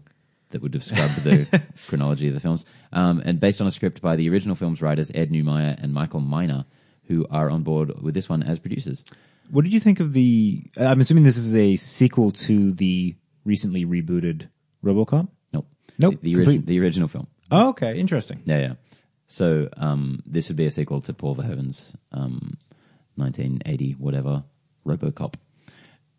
Speaker 2: that would have scrubbed the chronology of the films, um, and based on a script by the original film's writers Ed Neumeyer and Michael Miner, who are on board with this one as producers.
Speaker 1: What did you think of the? I'm assuming this is a sequel to the recently rebooted RoboCop.
Speaker 2: Nope.
Speaker 1: Nope,
Speaker 2: The, the,
Speaker 1: complete.
Speaker 2: origin, the original film.
Speaker 1: Oh, okay, interesting.
Speaker 2: Yeah, yeah. So um, this would be a sequel to Paul Verhoeven's um, 1980 whatever RoboCop,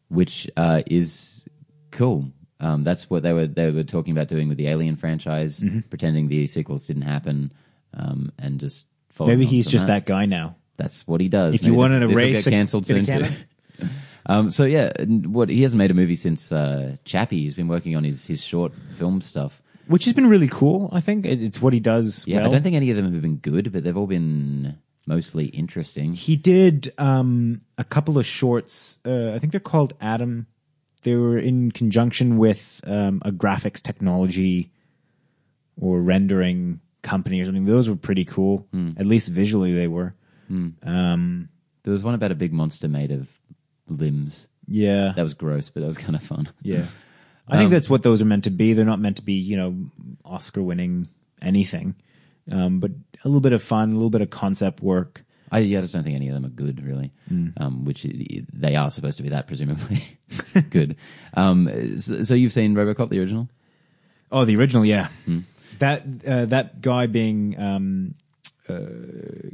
Speaker 2: which uh, is cool. Um, that's what they were they were talking about doing with the Alien franchise,
Speaker 1: Mm-hmm.
Speaker 2: pretending the sequels didn't happen, um, and just following
Speaker 1: Maybe
Speaker 2: on
Speaker 1: he's
Speaker 2: from
Speaker 1: just that
Speaker 2: that.
Speaker 1: guy now.
Speaker 2: that's what he does.
Speaker 1: If you wanted to
Speaker 2: this, this'll
Speaker 1: race
Speaker 2: get
Speaker 1: a-
Speaker 2: cancelled
Speaker 1: in a
Speaker 2: soon too.
Speaker 1: cannon?
Speaker 2: um, so yeah, and what he hasn't made a movie since uh, Chappie. He's been working on his his short film stuff.
Speaker 1: which has been really cool. I think It- it's what he does.
Speaker 2: Yeah,
Speaker 1: well.
Speaker 2: I don't think any of them have been good, but they've all been mostly interesting.
Speaker 1: he did um, a couple of shorts. Uh, I think they're called Atom. They were in conjunction with um, a graphics technology or rendering company or something. Those were pretty cool. At least visually, they were.
Speaker 2: There was one about a big monster made of limbs.
Speaker 1: Yeah,
Speaker 2: That was gross, but that was kind of fun.
Speaker 1: yeah. I think that's what those are meant to be. They're not meant to be, you know, Oscar-winning anything, um, but a little bit of fun, a little bit of concept work.
Speaker 2: I, yeah, I just don't think any of them are good, really. Um, which i- they are supposed to be that, presumably good. Um, so, so you've seen RoboCop the original?
Speaker 1: Oh, the original, yeah. That uh, that guy being um, uh,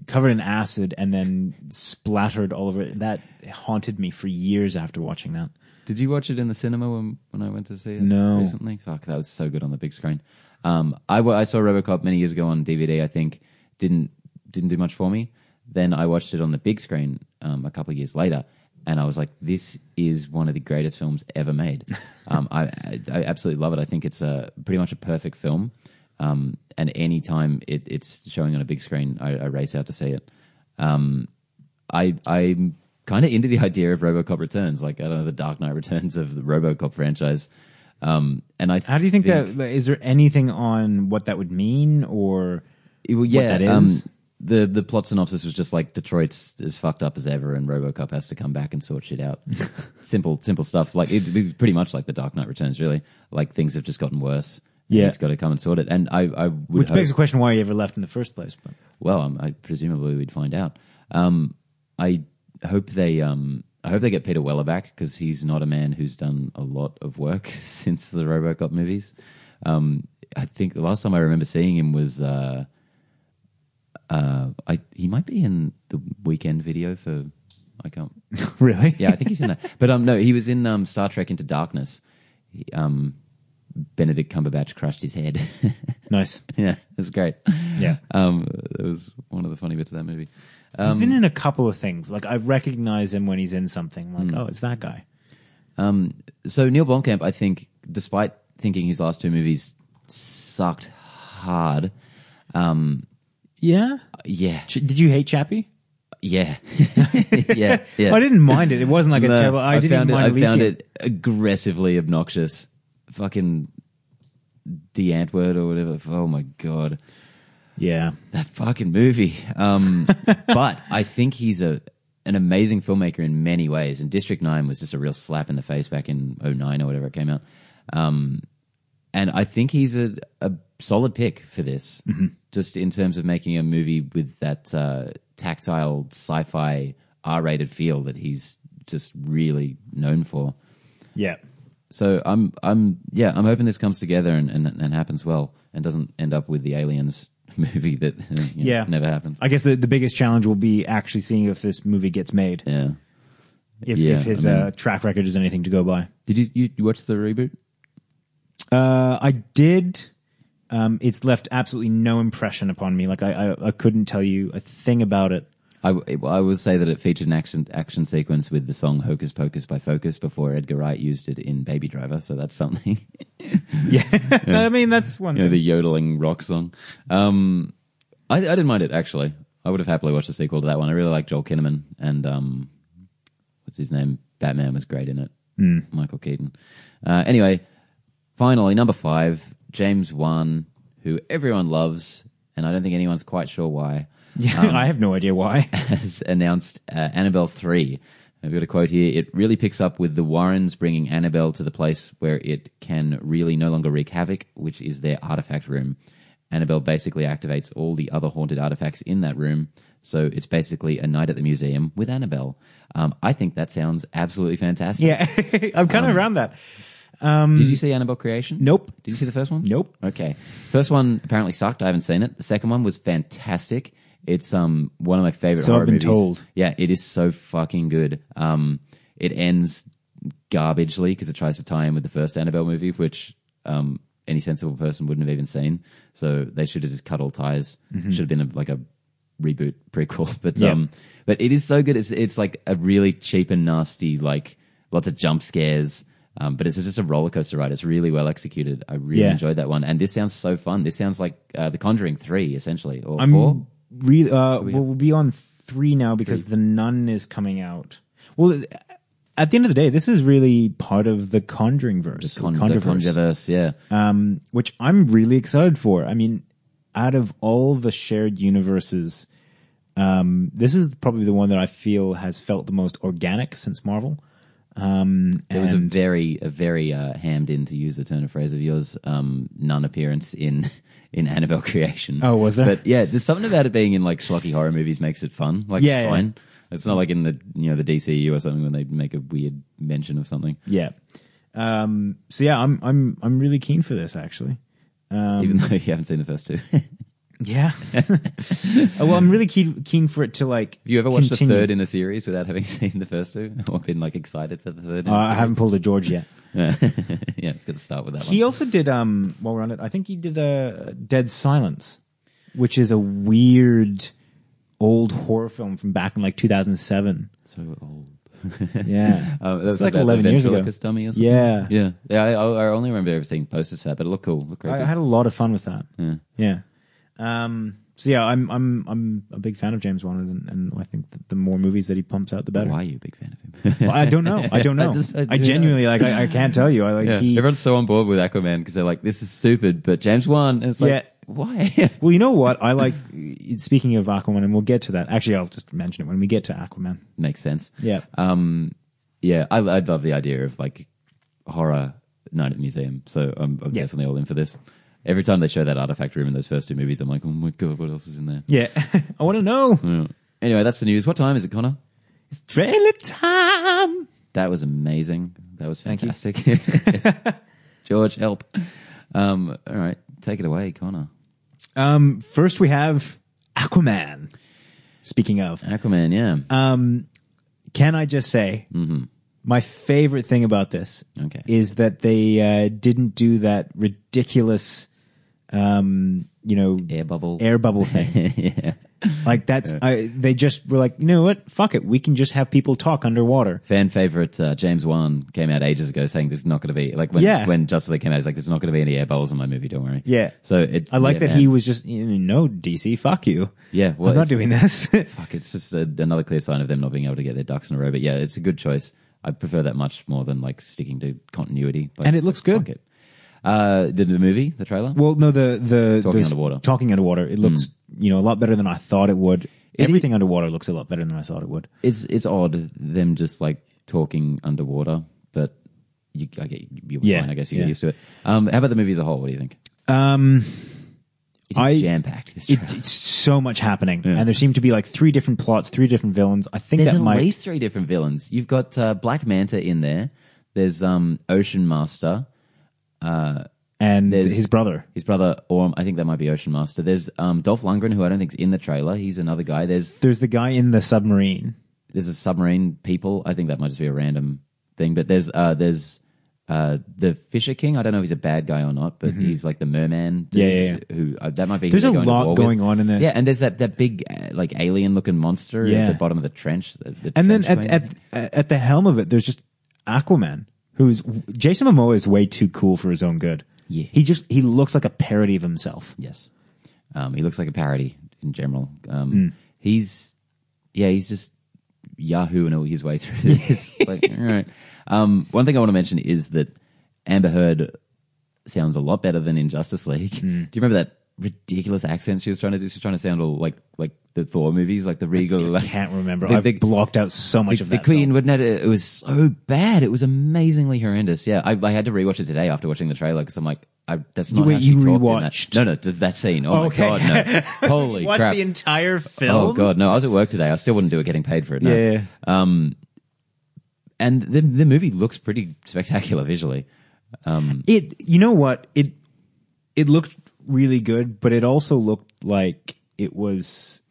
Speaker 1: covered in acid and then splattered all over it, that haunted me for years after watching that.
Speaker 2: Did you watch it in the cinema when, when I went to see it
Speaker 1: No.
Speaker 2: recently? Fuck, that was so good on the big screen. Um, I, wa- I saw RoboCop many years ago on DVD. I think didn't didn't do much for me. Then I watched it on the big screen um, a couple of years later, and I was like, "This is one of the greatest films ever made." um, I, I I absolutely love it. I think it's a pretty much a perfect film. Um, and any time it, it's showing on a big screen, I, I race out to see it. I I'm kind of into the idea of RoboCop Returns, like I don't know the Dark Knight Returns of the RoboCop franchise. Um, and I
Speaker 1: How do you think, that? Like, is there anything on what that would mean, or
Speaker 2: It- well, yeah,
Speaker 1: that
Speaker 2: um,
Speaker 1: is?
Speaker 2: the the plot synopsis was just like Detroit's as fucked up as ever, and RoboCop has to come back and sort shit out. simple, simple stuff. Like it, it pretty much like the Dark Knight Returns, really. Like things have just gotten worse. and
Speaker 1: Yeah.
Speaker 2: he's got to come and sort it. And I, I would
Speaker 1: which
Speaker 2: hope,
Speaker 1: begs the question why you ever left in the first place? But
Speaker 2: well, um, I presumably we'd find out. Um, I hope they, um, I hope they get Peter Weller back because he's not a man who's done a lot of work since the RoboCop movies. Um, I think the last time I remember seeing him was, uh, uh, I he might be in the weekend video for, I can't,
Speaker 1: really,
Speaker 2: yeah, I think he's in that. But um, no, he was in um Star Trek Into Darkness. He, um, Benedict Cumberbatch crushed his head.
Speaker 1: nice.
Speaker 2: yeah, it was great.
Speaker 1: Yeah.
Speaker 2: Um, it was one of the funny bits of that movie.
Speaker 1: he's been in a couple of things. Like I recognize him when he's in something. Like, oh, it's that guy.
Speaker 2: So Neil Blomkamp, I think, despite thinking his last two movies sucked hard, um,
Speaker 1: Yeah.
Speaker 2: yeah,
Speaker 1: Ch- did you hate Chappie?
Speaker 2: yeah, yeah, yeah.
Speaker 1: I didn't mind it. It wasn't like a
Speaker 2: No,
Speaker 1: terrible. I, didn't
Speaker 2: found
Speaker 1: even mind
Speaker 2: it, I found
Speaker 1: Elysium.
Speaker 2: it aggressively obnoxious. Fucking D'Antwoord or whatever. Oh my god.
Speaker 1: Yeah.
Speaker 2: that fucking movie. Um, but I think he's a an amazing filmmaker in many ways, and District Nine was just a real slap in the face back in 09 or whatever it came out. Um, and I think he's a, a solid pick for this, just in terms of making a movie with that uh, tactile sci-fi R-rated feel that he's just really known for.
Speaker 1: Yeah.
Speaker 2: So I'm I'm yeah I'm hoping this comes together and, and, and happens well and doesn't end up with the aliens movie that you know,
Speaker 1: Yeah.
Speaker 2: never happened.
Speaker 1: I guess the, the biggest challenge will be actually seeing if this movie gets made.
Speaker 2: Yeah.
Speaker 1: If,
Speaker 2: Yeah,
Speaker 1: if his
Speaker 2: I mean-
Speaker 1: uh, track record is anything to go by.
Speaker 2: Did you, you you watch the reboot?
Speaker 1: Uh, I did. Um, it's left absolutely no impression upon me. Like I, I, I couldn't tell you a thing about it.
Speaker 2: I, w- I will say that it featured an action action sequence with the song "Hocus Pocus" by Focus before Edgar Wright used it in Baby Driver, so that's something.
Speaker 1: Yeah, I mean that's one.
Speaker 2: you know,
Speaker 1: thing.
Speaker 2: the yodeling rock song. Um, I, I didn't mind it actually. I would have happily watched the sequel to that one. I really like Joel Kinnaman and um, what's his name? Batman was great in it.
Speaker 1: Hmm.
Speaker 2: Michael Keaton. Uh, anyway, finally number five, James Wan, who everyone loves, and I don't think anyone's quite sure why,
Speaker 1: yeah, I have no idea why.
Speaker 2: has announced uh, Annabelle three. I've got a quote here. It really picks up with the Warrens bringing Annabelle to the place where it can really no longer wreak havoc, which is their artifact room. Annabelle basically activates all the other haunted artifacts in that room, so it's basically a night at the museum with Annabelle. Um, I think that sounds absolutely fantastic.
Speaker 1: Yeah, I'm kind
Speaker 2: um,
Speaker 1: of around that.
Speaker 2: Did you see Annabelle Creation?
Speaker 1: Nope.
Speaker 2: Did you see the first one?
Speaker 1: Nope.
Speaker 2: Okay. First one apparently sucked. I haven't seen it. The second one was fantastic. It's um one of my favorite.
Speaker 1: So I've
Speaker 2: horror
Speaker 1: been
Speaker 2: movies.
Speaker 1: told.
Speaker 2: Yeah, it is so fucking good. Um, it ends garbagely because it tries to tie in with the first Annabelle movie, which um any sensible person wouldn't have even seen. So they should have just cut all ties. Should have been a, like a reboot prequel, but
Speaker 1: Mm-hmm. Yeah.
Speaker 2: um, but it is so good. It's it's like a really cheap and nasty, like lots of jump scares. Um, but it's just a roller coaster ride. It's really well executed. I really
Speaker 1: Yeah.
Speaker 2: enjoyed that one, and this sounds so fun. This sounds like uh, The Conjuring three, essentially, or
Speaker 1: I'm
Speaker 2: four.
Speaker 1: really uh, well, we'll be on three now because the nun is coming out. Well, at the end of the day, this is really part of the Conjuring verse,
Speaker 2: Con- the Conjureverse, yeah.
Speaker 1: um, which I'm really excited for. I mean, out of all the shared universes, um, this is probably the one that I feel has felt the most organic since Marvel. Um,
Speaker 2: It was a
Speaker 1: and-
Speaker 2: very, a very uh, hammed in to use a turn of phrase of yours, um, non appearance in in Annabelle creation.
Speaker 1: Oh, was there?
Speaker 2: But yeah, there's something about it being in like schlocky horror movies makes it fun. Like
Speaker 1: Yeah,
Speaker 2: it's
Speaker 1: yeah.
Speaker 2: fine. It's not like in the you know the DCU or something when they make a weird mention of something.
Speaker 1: yeah. Um, so yeah, I'm I'm I'm really keen for this actually. Um,
Speaker 2: Even though you haven't seen the first two, have
Speaker 1: Yeah. Uh, well, I'm really keen keen for it to like.
Speaker 2: you ever watched
Speaker 1: continue.
Speaker 2: the third in a series without having seen the first two or been like excited for the third? In
Speaker 1: Uh,
Speaker 2: a
Speaker 1: I haven't
Speaker 2: series?
Speaker 1: pulled a George yet.
Speaker 2: yeah, it's good to start with that
Speaker 1: He
Speaker 2: one.
Speaker 1: also did um while we're on it, I think he did a Dead Silence, which is a weird old horror film from back in like 2007.
Speaker 2: So old.
Speaker 1: Yeah.
Speaker 2: Um, that
Speaker 1: It's
Speaker 2: was
Speaker 1: like
Speaker 2: about the
Speaker 1: 11 years ago.
Speaker 2: ventriloquist Dummy or something.
Speaker 1: Yeah.
Speaker 2: yeah, yeah. I, I I only remember ever seeing posters for that, but it looked cool. Looked
Speaker 1: I,
Speaker 2: creepy.
Speaker 1: I had a lot of fun with that. Yeah. Um so yeah, I'm I'm I'm a big fan of James Wan and, and I think that the more movies that he pumps out the better.
Speaker 2: Why are you a big fan of him?
Speaker 1: Well, I don't know. I don't
Speaker 2: I
Speaker 1: know. I,
Speaker 2: just- I- who
Speaker 1: genuinely like I, I can't tell you. I like
Speaker 2: Yeah.
Speaker 1: he
Speaker 2: Everyone's so on board with Aquaman because they're like, "This is stupid," but James Wan, and it's like,
Speaker 1: Yeah.
Speaker 2: why?
Speaker 1: Well, you know what? I like speaking of Aquaman and we'll get to that. Actually, I'll just mention it when we get to Aquaman.
Speaker 2: Makes sense.
Speaker 1: Yeah.
Speaker 2: Um, yeah, I, I love the idea of like horror night at the museum. So I'm, I'm
Speaker 1: Yeah.
Speaker 2: definitely all in for this. Every time they show that artifact room in those first two movies, I'm like, oh my god, what else is in there?
Speaker 1: Yeah. I want to know.
Speaker 2: Yeah. Anyway, that's the news. What time is it, Connor?
Speaker 1: Trailer time.
Speaker 2: That was amazing. That was
Speaker 1: Thank you.
Speaker 2: fantastic. George, help. Um, all right, take it away, Connor.
Speaker 1: Um, first we have Aquaman. Speaking of,
Speaker 2: Aquaman, yeah.
Speaker 1: um, can I just say my favorite thing about this
Speaker 2: Mm-hmm. Okay.
Speaker 1: is that they uh, didn't do that ridiculous, um, you know,
Speaker 2: Air bubble.
Speaker 1: air bubble thing.
Speaker 2: yeah.
Speaker 1: like that's I, they just were like, you know what? Fuck it. We can just have people talk underwater.
Speaker 2: Fan favorite uh, James Wan came out ages ago saying there's not going to be like when
Speaker 1: Yeah.
Speaker 2: when Justice League came out, he's like there's not going to be any air bubbles in my movie. Don't worry.
Speaker 1: Yeah.
Speaker 2: So it,
Speaker 1: I like
Speaker 2: yeah,
Speaker 1: that he
Speaker 2: man.
Speaker 1: was just you know, no DC. Fuck you.
Speaker 2: Yeah, well,
Speaker 1: I'm not
Speaker 2: it's-
Speaker 1: doing this.
Speaker 2: Fuck, it's just a, another clear sign of them not being able to get their ducks in a row. But yeah, it's a good choice. I prefer that much more than like sticking to continuity. Like,
Speaker 1: And it
Speaker 2: it's
Speaker 1: looks
Speaker 2: like,
Speaker 1: good.
Speaker 2: fuck it. Uh, the, the movie, the trailer.
Speaker 1: Well, no, the the
Speaker 2: Talking
Speaker 1: the s-
Speaker 2: underwater. Mm.
Speaker 1: Talking underwater. It looks you know a lot better than I thought it would. Everything underwater looks a lot better than I thought it would.
Speaker 2: it's it's odd them just like talking underwater, but you, I get you.
Speaker 1: Yeah,
Speaker 2: Yeah, I guess you
Speaker 1: yeah.
Speaker 2: get used to it. Um, how about the movie as a whole? What do you think?
Speaker 1: Um, I-
Speaker 2: It's jam packed. This
Speaker 1: it,
Speaker 2: trailer.
Speaker 1: it's so much happening, and there seem to be like three different plots, three different villains. I think
Speaker 2: There's
Speaker 1: that
Speaker 2: at
Speaker 1: might.
Speaker 2: least three different villains. You've got uh, Black Manta in there. There's um, Ocean Master,
Speaker 1: and
Speaker 2: there's-
Speaker 1: his brother.
Speaker 2: his brother, or I think that might be Ocean Master. There's um, Dolph Lundgren, who I don't think's in the trailer. He's another guy. There's
Speaker 1: There's the guy in the submarine.
Speaker 2: there's a submarine people. I think that might just be a random thing. But there's uh, there's uh, the Fisher King. I don't know if he's a bad guy or not, but he's like the merman. dude
Speaker 1: Mm-hmm. Yeah, yeah,
Speaker 2: Who uh, that might be. who
Speaker 1: There's
Speaker 2: they're
Speaker 1: a
Speaker 2: going to
Speaker 1: lot
Speaker 2: war with.
Speaker 1: going on in this.
Speaker 2: Yeah, and there's that that big uh, like alien looking monster
Speaker 1: Yeah.
Speaker 2: at the bottom of the trench. the- the
Speaker 1: And then at
Speaker 2: trench thing.
Speaker 1: at at the helm of it, there's just Aquaman, who's Jason Momoa is way too cool for his own good.
Speaker 2: Yeah.
Speaker 1: he just he looks like a parody of himself.
Speaker 2: yes, um, he looks like a parody in general. Um, He's yeah, he's just yahooing his way through this. like, all right. Um, one thing I want to mention is that Amber Heard sounds a lot better than in Justice League. Do you remember that ridiculous accent she was trying to do? She was trying to sound all like like the Thor movies, like the regal. like,
Speaker 1: Can't remember.
Speaker 2: The-
Speaker 1: I've
Speaker 2: the-
Speaker 1: blocked out so much
Speaker 2: the,
Speaker 1: of
Speaker 2: the
Speaker 1: that.
Speaker 2: Queen
Speaker 1: film.
Speaker 2: wouldn't have, it was so bad. It was amazingly horrendous. Yeah, I, I had to rewatch it today after watching the trailer because I'm like, I, that's not
Speaker 1: wait,
Speaker 2: how she
Speaker 1: you
Speaker 2: talked in
Speaker 1: rewatched?
Speaker 2: That. No, no, th- that scene. Oh
Speaker 1: Okay.
Speaker 2: my god, no! Holy
Speaker 1: Watch
Speaker 2: crap!
Speaker 1: the entire film.
Speaker 2: oh god, no! I was at work today. I still wouldn't do it getting paid for it. No.
Speaker 1: Yeah.
Speaker 2: and the the movie looks pretty spectacular visually.
Speaker 1: It you know what? It it looked really good, but it also looked like it was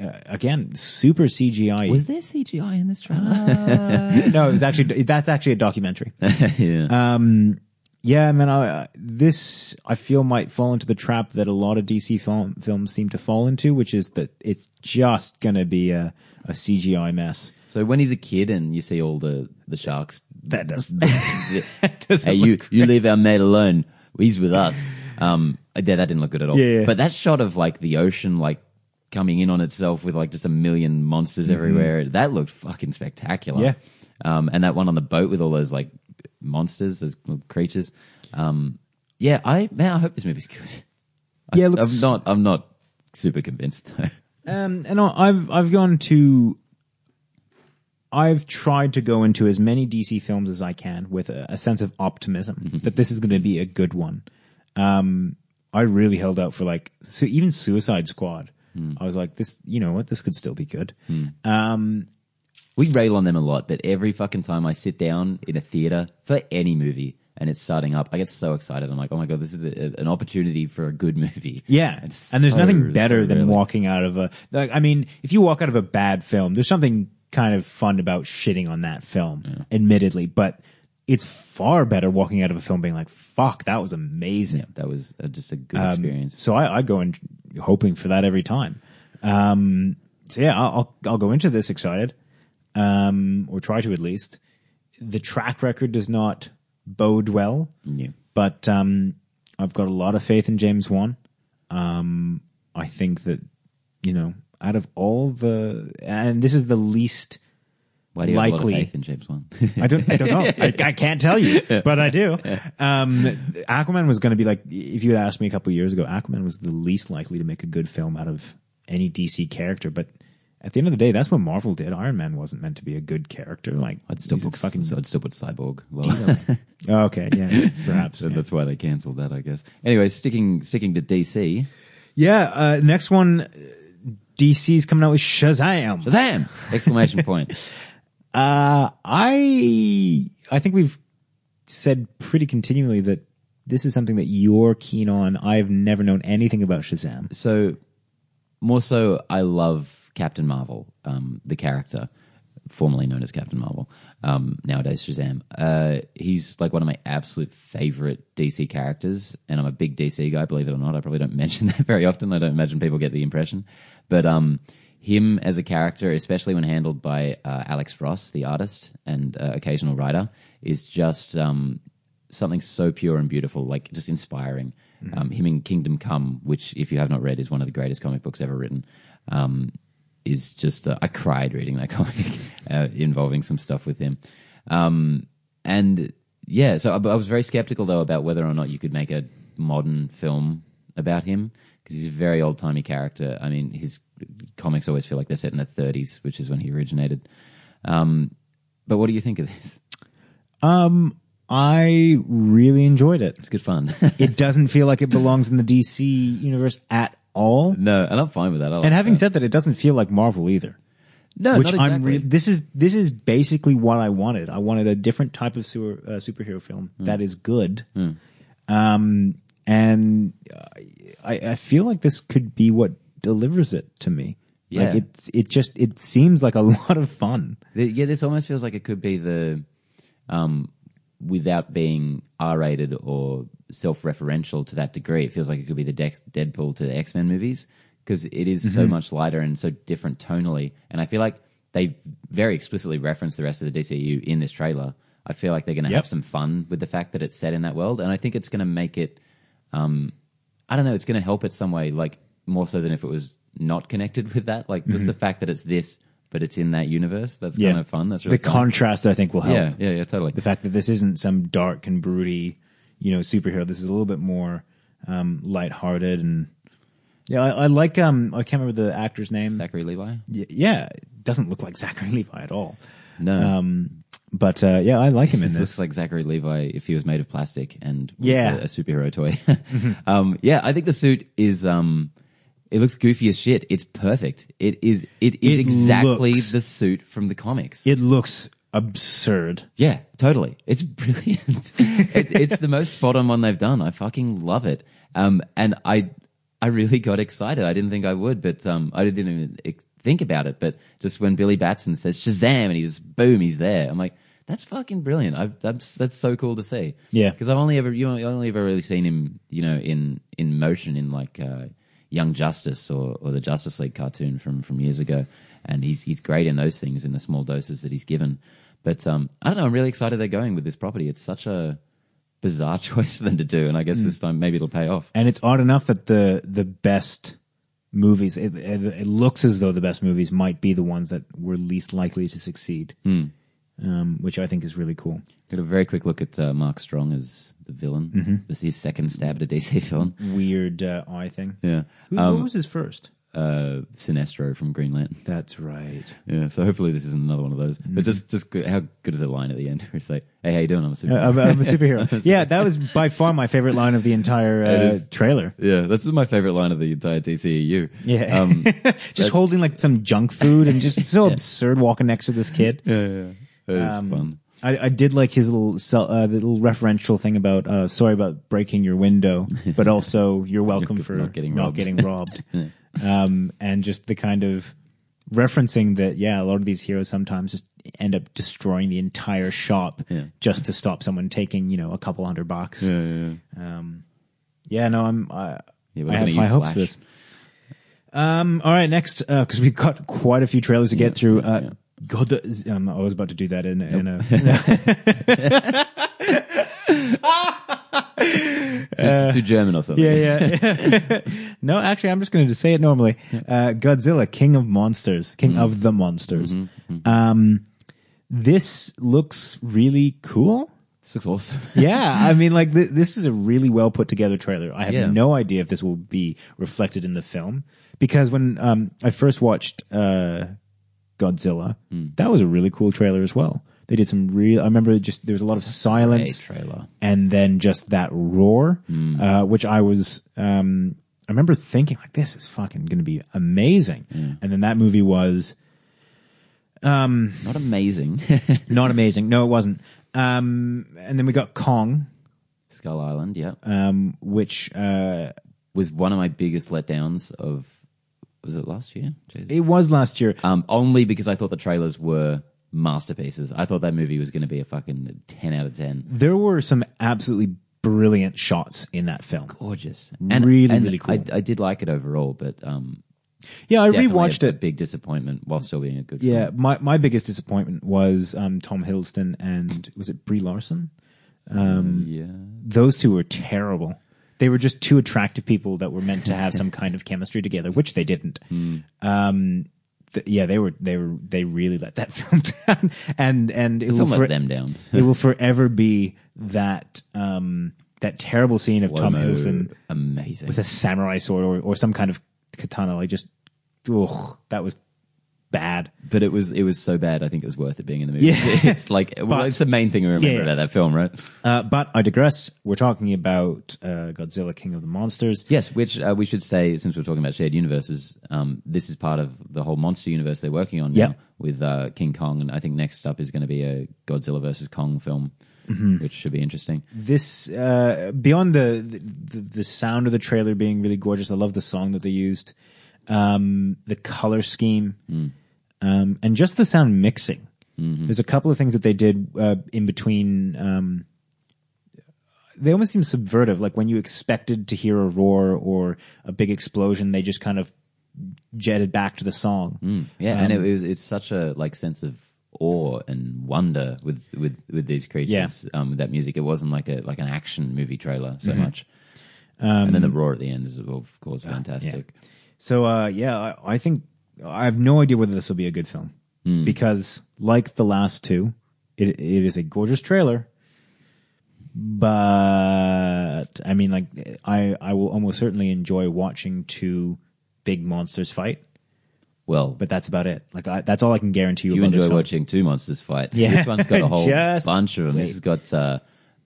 Speaker 1: uh, again super CGI.
Speaker 2: Was there CGI in this trailer?
Speaker 1: no, it was actually that's actually a documentary.
Speaker 2: yeah.
Speaker 1: Um Yeah, man. I, I- this I feel might fall into the trap that a lot of DC film, films seem to fall into, which is that it's just going to be a, a CGI mess.
Speaker 2: So when he's a kid and you see all the the sharks,
Speaker 1: That doesn't.
Speaker 2: hey, you you leave our mate alone. He's with us. Um, yeah, that didn't look good at all.
Speaker 1: Yeah, yeah.
Speaker 2: But that shot of like the ocean like coming in on itself with like just a million monsters everywhere, that looked fucking spectacular.
Speaker 1: Mm-hmm. Yeah.
Speaker 2: Um, and that one on the boat with all those like monsters, those little creatures. Um, yeah, I man, I hope this movie's good.
Speaker 1: yeah, look,
Speaker 2: I'm not. I'm not super convinced though.
Speaker 1: Um, and I- I've I've gone to. I've tried to go into as many DC films as I can with a, a sense of optimism that this is going to be a good one. Um, I really held out for like so even Suicide Squad. I was like, this, you know what, this could still be good.
Speaker 2: We rail on them a lot, but every fucking time I sit down in a theater for any movie and it's starting up, I get so excited. I'm like, oh my god, this is a, an opportunity for a good movie.
Speaker 1: Yeah, and
Speaker 2: It's
Speaker 1: there's
Speaker 2: so-
Speaker 1: nothing better
Speaker 2: so
Speaker 1: than
Speaker 2: rarely.
Speaker 1: walking out of a. Like, I mean, if you walk out of a bad film, there's something kind of fun about shitting on that film, admittedly, but it's far better walking out of a film being like, "Fuck, that was amazing."
Speaker 2: Yeah, that was uh, just a
Speaker 1: Um,
Speaker 2: good experience.
Speaker 1: So I, I go in hoping for that every time. Um, so yeah, I'll, I'll I'll go into this excited, um, or try to at least. The track record does not bode well,
Speaker 2: Yeah.
Speaker 1: but um, I've got a lot of faith in James Wan. Um, I think that you know, out of all the, and this is the least.
Speaker 2: Why do you have a
Speaker 1: likely-
Speaker 2: lot of faith in James Wan?
Speaker 1: I don't. I don't know. I, I can't tell you, but I do. Um, Aquaman was going to be like if you had asked me a couple years ago. Aquaman was the least likely to make a good film out of any DC character, but at the end of the day, that's what Marvel did. Iron Man wasn't meant to be a good character. Like
Speaker 2: I'd still
Speaker 1: he's a
Speaker 2: put
Speaker 1: fucking.
Speaker 2: so I'd still put Cyborg. lower.
Speaker 1: Oh, okay, yeah, perhaps.
Speaker 2: so
Speaker 1: yeah.
Speaker 2: that's why they cancelled that, I guess. Anyway, sticking sticking to DC.
Speaker 1: Yeah, uh, next one, uh, DC's coming out with Shazam.
Speaker 2: Shazam! Exclamation point.
Speaker 1: Uh, I I think we've said pretty continually that this is something that you're keen on. I've never known anything about Shazam.
Speaker 2: so more so i love captain marvel um, the character formerly known as captain marvel um, nowadays shazam uh, he's like one of my absolute favorite dc characters and i'm a big dc guy believe it or not i probably don't mention that very often i don't imagine people get the impression but um, him as a character especially when handled by uh, alex ross the artist and uh, occasional writer is just um, something so pure and beautiful, like just inspiring. Um, him in Kingdom Come, which if you have not read is one of the greatest comic books ever written, um, is just uh, I cried reading that comic uh, involving some stuff with him. Um, and yeah, so I, I was very skeptical though about whether or not you could make a modern film about him because he's a very old timey character. I mean, his comics always feel like they're set in the 30s, which is when he originated. Um, but what do you think of this?
Speaker 1: I really enjoyed it.
Speaker 2: It's good fun.
Speaker 1: It doesn't feel like it belongs in the DC universe at all.
Speaker 2: no, and I'm fine with that. I like
Speaker 1: And having said that, it doesn't feel like Marvel either.
Speaker 2: No,
Speaker 1: which
Speaker 2: not exactly.
Speaker 1: I'm re- this is this is basically what I wanted. I wanted a different type of sewer, uh, superhero film
Speaker 2: Hmm.
Speaker 1: that is good, um, and uh, I, I feel like this could be what delivers it to me.
Speaker 2: Yeah.
Speaker 1: Like it's it just it seems like a lot of fun.
Speaker 2: The- yeah, this almost feels like it could be the, um, without being R-rated or self-referential to that degree. It feels like it could be the Dex- Deadpool to the X-Men movies because it is
Speaker 1: Mm-hmm.
Speaker 2: so much lighter and so different tonally. And I feel like they very explicitly reference the rest of the DCU in this trailer. I feel like they're going to
Speaker 1: Yep.
Speaker 2: have some fun with the fact that it's set in that world, and I think it's going to make it. Um, I don't know. It's going to help it some way, like more so than if it was not connected with that. Like just the
Speaker 1: Mm-hmm.
Speaker 2: fact that it's this, but it's in that universe. That's kind of fun. That's really
Speaker 1: the
Speaker 2: fun.
Speaker 1: contrast I think will help.
Speaker 2: Yeah, yeah, yeah, totally.
Speaker 1: The fact that this isn't some dark and broody, you know, superhero. This is a little bit more um, lighthearted and yeah. I, I like um I can't remember the actor's name.
Speaker 2: Zachary Levi.
Speaker 1: Y- yeah, it doesn't look like Zachary Levi at all.
Speaker 2: No,
Speaker 1: Um, but uh, yeah, I like him in
Speaker 2: It looks
Speaker 1: this.
Speaker 2: like Zachary Levi if he was made of plastic and was
Speaker 1: Yeah.
Speaker 2: a, a superhero toy. um, yeah, I think the suit is. Um, it looks goofy as shit. It's perfect. It is. It is
Speaker 1: It
Speaker 2: exactly
Speaker 1: looks-
Speaker 2: the suit from the comics.
Speaker 1: it looks absurd.
Speaker 2: Yeah, totally. It's brilliant. it, it's the most spot on one they've done. I fucking love it. Um, and I, I really got excited. I didn't think I would, but um, I didn't even ex- think about it. But just when Billy Batson says Shazam, and he just boom, he's there. I'm like, That's fucking brilliant. I've, that's that's so cool to see.
Speaker 1: Yeah.
Speaker 2: because I've only ever you know, I've only ever really seen him, you know, in in motion in like uh, Young Justice or, or the Justice League cartoon from from years ago, and he's he's great in those things in the small doses that he's given. But um, I don't know. I'm really excited they're going with this property. It's such a bizarre choice for them to do, and I guess this time maybe it'll pay off.
Speaker 1: And it's odd enough that the the best movies, it, it, it looks as though the best movies might be the ones that were least likely to succeed, um, which I think is really cool.
Speaker 2: Got a very quick look at uh, Mark Strong as the villain. This is his second stab at a DC film.
Speaker 1: Weird uh, eye thing.
Speaker 2: Yeah,
Speaker 1: Who, what was his first?
Speaker 2: uh, Sinestro from Green Lantern.
Speaker 1: That's right.
Speaker 2: Yeah, so hopefully this isn't another one of those. But just, just good- how good is the line at the end? Where it's like, "Hey, how you doing? I'm a super."
Speaker 1: Mm-hmm. I'm, I'm a superhero. yeah, that was by far my favorite line of the entire uh, trailer.
Speaker 2: yeah, that's my favorite line of the entire Um, DCEU.
Speaker 1: Yeah, just holding like some junk food and just so absurd walking next to this kid.
Speaker 2: it is
Speaker 1: Um,
Speaker 2: fun.
Speaker 1: I, I did like his little sel- uh, the little referential thing about uh, sorry about breaking your window, but also you're welcome for
Speaker 2: Not getting robbed.
Speaker 1: getting robbed. um, and just the kind of referencing that yeah, a lot of these heroes sometimes just end up destroying the entire shop just to stop someone taking you know a couple hundred bucks. Yeah, um, yeah no, I'm I,
Speaker 2: Yeah, we're
Speaker 1: I have
Speaker 2: looking at you,
Speaker 1: high hopes for
Speaker 2: Flash.
Speaker 1: this. Um, all right, next because we've got quite a few trailers to get through. Uh, God, the, um, I was about to do that in, in a
Speaker 2: just do German or something.
Speaker 1: Uh, Yeah, yeah. no, actually, I'm just going to say it normally. Uh, Godzilla, King of Monsters, King
Speaker 2: Mm-hmm.
Speaker 1: of the Monsters. Um, this looks really cool.
Speaker 2: This looks awesome.
Speaker 1: Yeah, I mean, like th- this is a really well put together trailer. I have
Speaker 2: Yeah.
Speaker 1: no idea if this will be reflected in the film because when um, I first watched uh, Godzilla,
Speaker 2: Hmm.
Speaker 1: that was a really cool trailer as well. They did some real. I remember just there was a lot of silence
Speaker 2: great trailer. Hmm.
Speaker 1: and then just that roar, uh, which I was. Um, I remember thinking like, "This is fucking going to be amazing,"
Speaker 2: Hmm.
Speaker 1: and then that movie was
Speaker 2: Not amazing.
Speaker 1: not amazing. No, it wasn't. Um, and then we got Kong,
Speaker 2: Skull Island, yeah,
Speaker 1: um, which uh,
Speaker 2: was one of my biggest letdowns of. Was it last year? Jesus.
Speaker 1: it was last year.
Speaker 2: Um, only because I thought the trailers were masterpieces. I thought that movie was going to be a fucking ten out of ten.
Speaker 1: There were some absolutely brilliant shots in that film.
Speaker 2: Gorgeous,
Speaker 1: Really, really cool.
Speaker 2: I, I did like it overall, but um,
Speaker 1: Yeah, I
Speaker 2: definitely
Speaker 1: rewatched
Speaker 2: a,
Speaker 1: it.
Speaker 2: A big disappointment while still being a good.
Speaker 1: Yeah, my, my biggest disappointment was um, Tom Hiddleston and was it Brie Larson?
Speaker 2: film. yeah.
Speaker 1: Those two were terrible. They were just two attractive people that were meant to have some kind of chemistry together, which they didn't.
Speaker 2: Hmm.
Speaker 1: Um, th- yeah, they were they were they really let that film down, and and it will
Speaker 2: Film
Speaker 1: for-
Speaker 2: let them down.
Speaker 1: it will forever be that um, that terrible scene of Tom
Speaker 2: Slow-mo,
Speaker 1: Hiddleston
Speaker 2: amazing.
Speaker 1: with a samurai sword or, or some kind of katana. Like just, ugh, that was bad.
Speaker 2: but it was it was so bad. I think it was worth it being in the movie.
Speaker 1: Yeah.
Speaker 2: it's like well,
Speaker 1: But-
Speaker 2: it's the main thing I remember
Speaker 1: Yeah.
Speaker 2: about that film, right?
Speaker 1: Uh, but I digress. We're talking about uh, Godzilla, King of the Monsters.
Speaker 2: Yes, which uh, we should say since we're talking about shared universes, um, this is part of the whole monster universe they're working on
Speaker 1: Yeah.
Speaker 2: now with uh, King Kong, and I think next up is going to be a Godzilla versus Kong film,
Speaker 1: Mm-hmm.
Speaker 2: which should be interesting.
Speaker 1: This uh, beyond the, the the sound of the trailer being really gorgeous. I love the song that they used, um, the color scheme, um, and just the sound mixing. There's a couple of things that they did uh, in between. Um, they almost seem subvertive. Like when you expected to hear a roar or a big explosion, they just kind of jetted back to the song.
Speaker 2: Mm, Yeah, and
Speaker 1: Um,
Speaker 2: it, was it's such a like sense of awe and wonder with with with these creatures um, with that music. It wasn't like a like an action movie trailer
Speaker 1: Mm-hmm.
Speaker 2: so much.
Speaker 1: Um,
Speaker 2: and then the roar at the end is of course
Speaker 1: Ah,
Speaker 2: fantastic.
Speaker 1: So uh, yeah, I, I think I have no idea whether this will be a good film
Speaker 2: Hmm.
Speaker 1: because, like the last two, it it is a gorgeous trailer. But I mean, like I I will almost certainly enjoy watching two big monsters fight,
Speaker 2: Well,
Speaker 1: but that's about it. Like I, that's all I can guarantee you.
Speaker 2: you
Speaker 1: about this
Speaker 2: enjoy
Speaker 1: film.
Speaker 2: watching two monsters fight.
Speaker 1: Yeah.
Speaker 2: This one's got a whole
Speaker 1: Just
Speaker 2: bunch of them. This has got uh,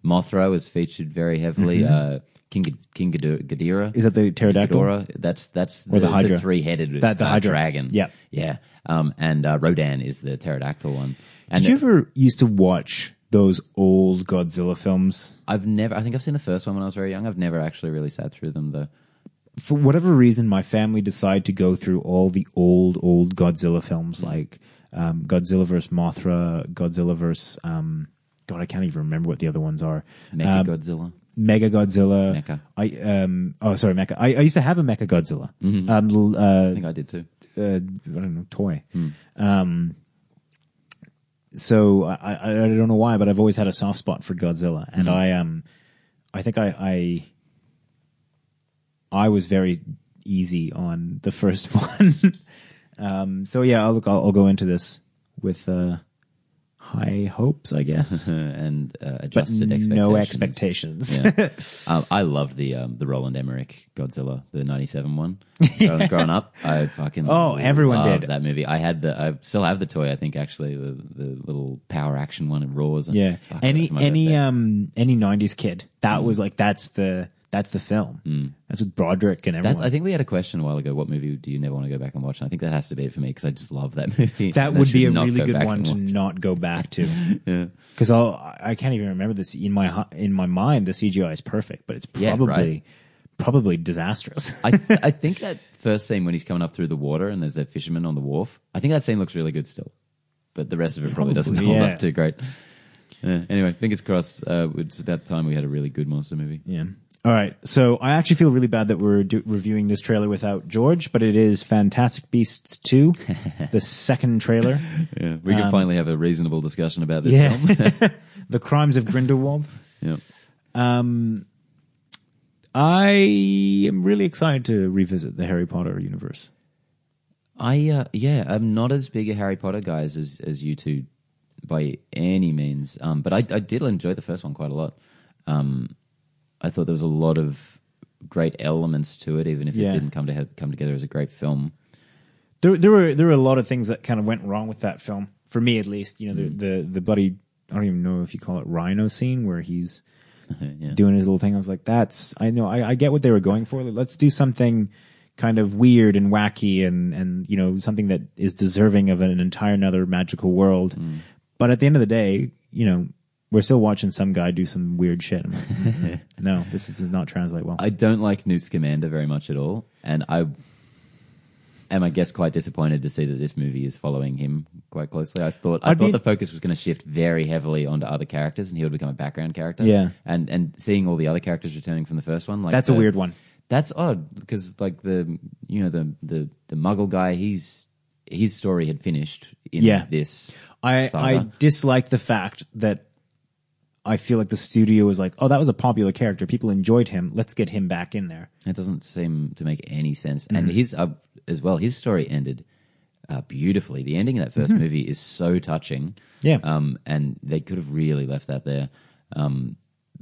Speaker 2: Mothra is featured very heavily. Uh, King King Ghid- Ghidorah.
Speaker 1: Mm-hmm. Is that the pterodactyl?
Speaker 2: Ghidorah. That's that's
Speaker 1: the Hydra.
Speaker 2: three headed
Speaker 1: That- the Hydra.
Speaker 2: uh, dragon.
Speaker 1: Yeah.
Speaker 2: yeah. Um, and uh, Rodan is the pterodactyl one. And
Speaker 1: Did you ever used to watch those old Godzilla films?
Speaker 2: I've never. I think I've seen the first one when I was very young. I've never actually really sat through them though.
Speaker 1: for whatever reason, my family decided to go through all the old, old Godzilla films, like um, Godzilla vs. Mothra, Godzilla vs. Um, God, I can't even remember what the other ones are. Um,
Speaker 2: Mecha Godzilla.
Speaker 1: Mega Godzilla.
Speaker 2: Mecha.
Speaker 1: I um. Oh, sorry, Mecha. I, I used to have a Mecha Godzilla. Um. l- Uh,
Speaker 2: I think I did too.
Speaker 1: uh, I don't know, toy.
Speaker 2: Hmm.
Speaker 1: Um, so I, I, I don't know why, but I've always had a soft spot for Godzilla, and
Speaker 2: Hmm.
Speaker 1: I um, I think I I, I was very easy on the first one. um, so yeah, I'll look. I'll, I'll go into this with uh, high hopes, I guess,
Speaker 2: Uh, and uh,
Speaker 1: but
Speaker 2: adjusted expectations.
Speaker 1: no expectations.
Speaker 2: Yeah. um, I love the um, the Roland Emmerich Godzilla, the '97 one. Growing, growing up, I fucking
Speaker 1: Oh, everyone
Speaker 2: loved
Speaker 1: did.
Speaker 2: that movie. I had the, I still have the toy. I think actually the, the little power action one. It roars. And,
Speaker 1: Yeah.
Speaker 2: Fuck,
Speaker 1: any
Speaker 2: that's my Hmm.
Speaker 1: any
Speaker 2: birthday.
Speaker 1: um any nineties kid. That was like that's the that's the film. That's with Broderick and everyone.
Speaker 2: Hmm. That's, I think we had a question a while ago. What movie do you never want to go back and watch? And I think that has to be it for me because I just love that movie.
Speaker 1: that
Speaker 2: And I
Speaker 1: would be
Speaker 2: should
Speaker 1: a
Speaker 2: not
Speaker 1: really
Speaker 2: go
Speaker 1: good
Speaker 2: back
Speaker 1: one
Speaker 2: and
Speaker 1: to
Speaker 2: watch.
Speaker 1: not go back to.
Speaker 2: Yeah.
Speaker 1: Because I I can't even remember this in my hu- in my mind. The CGI is perfect, but it's
Speaker 2: Yeah, right.
Speaker 1: probably probably disastrous.
Speaker 2: I, I think that first scene when he's coming up through the water and there's that fisherman on the wharf. I think that scene looks really good still, but the rest of it probably, doesn't
Speaker 1: Probably,
Speaker 2: hold
Speaker 1: yeah.
Speaker 2: up too great. Yeah. Anyway, fingers crossed. Uh, it's about time we had a really good monster movie.
Speaker 1: yeah. All right. So I actually feel really bad that we're do- reviewing this trailer without George, but it is Fantastic Beasts two, the second trailer.
Speaker 2: Yeah. We can finally have a reasonable discussion about this
Speaker 1: Um, Yeah.
Speaker 2: film.
Speaker 1: the Crimes of Grindelwald.
Speaker 2: Yeah.
Speaker 1: I am really excited to revisit the Harry Potter universe.
Speaker 2: I uh, yeah, I'm not as big a Harry Potter guys as as you two by any means. Um, but I, I did enjoy the first one quite a lot. Um, I thought there was a lot of great elements to it, even if
Speaker 1: Yeah.
Speaker 2: it didn't come to he- come together as a great film.
Speaker 1: There, there were there were a lot of things that kind of went wrong with that film for me, at least. You know,
Speaker 2: Hmm.
Speaker 1: the the, the bloody I don't even know if you call it rhino scene where he's
Speaker 2: yeah.
Speaker 1: doing his little thing. I was like, that's I know I, I get what they were going for. Let's do something kind of weird and wacky and and you know something that is deserving of an entire another magical world.
Speaker 2: Hmm.
Speaker 1: But at the end of the day, you know. We're still watching some guy do some weird shit. I'm like, "Mm, no, this is- does not translate well.
Speaker 2: I don't like Newt Scamander very much at all, and I am, I guess, quite disappointed to see that this movie is following him quite closely. I thought I
Speaker 1: I'd
Speaker 2: thought
Speaker 1: be-
Speaker 2: the focus was going to shift very heavily onto other characters, and he would become a background character.
Speaker 1: Yeah.
Speaker 2: and and seeing all the other characters returning from the first one, like
Speaker 1: That's a
Speaker 2: the-
Speaker 1: weird one.
Speaker 2: That's odd because like the you know the the the Muggle guy, he's his story had finished in
Speaker 1: Yeah.
Speaker 2: this.
Speaker 1: I I
Speaker 2: saga.
Speaker 1: dislike the fact that I feel like the studio was like, oh, that was a popular character. People enjoyed him. Let's get him back in there.
Speaker 2: It doesn't seem to make any sense. And
Speaker 1: Mm.
Speaker 2: his uh, as well, his story ended uh, beautifully. The ending of that 1st movie is so touching.
Speaker 1: Mm-hmm. Yeah.
Speaker 2: Um, and they could have really left that there. Um,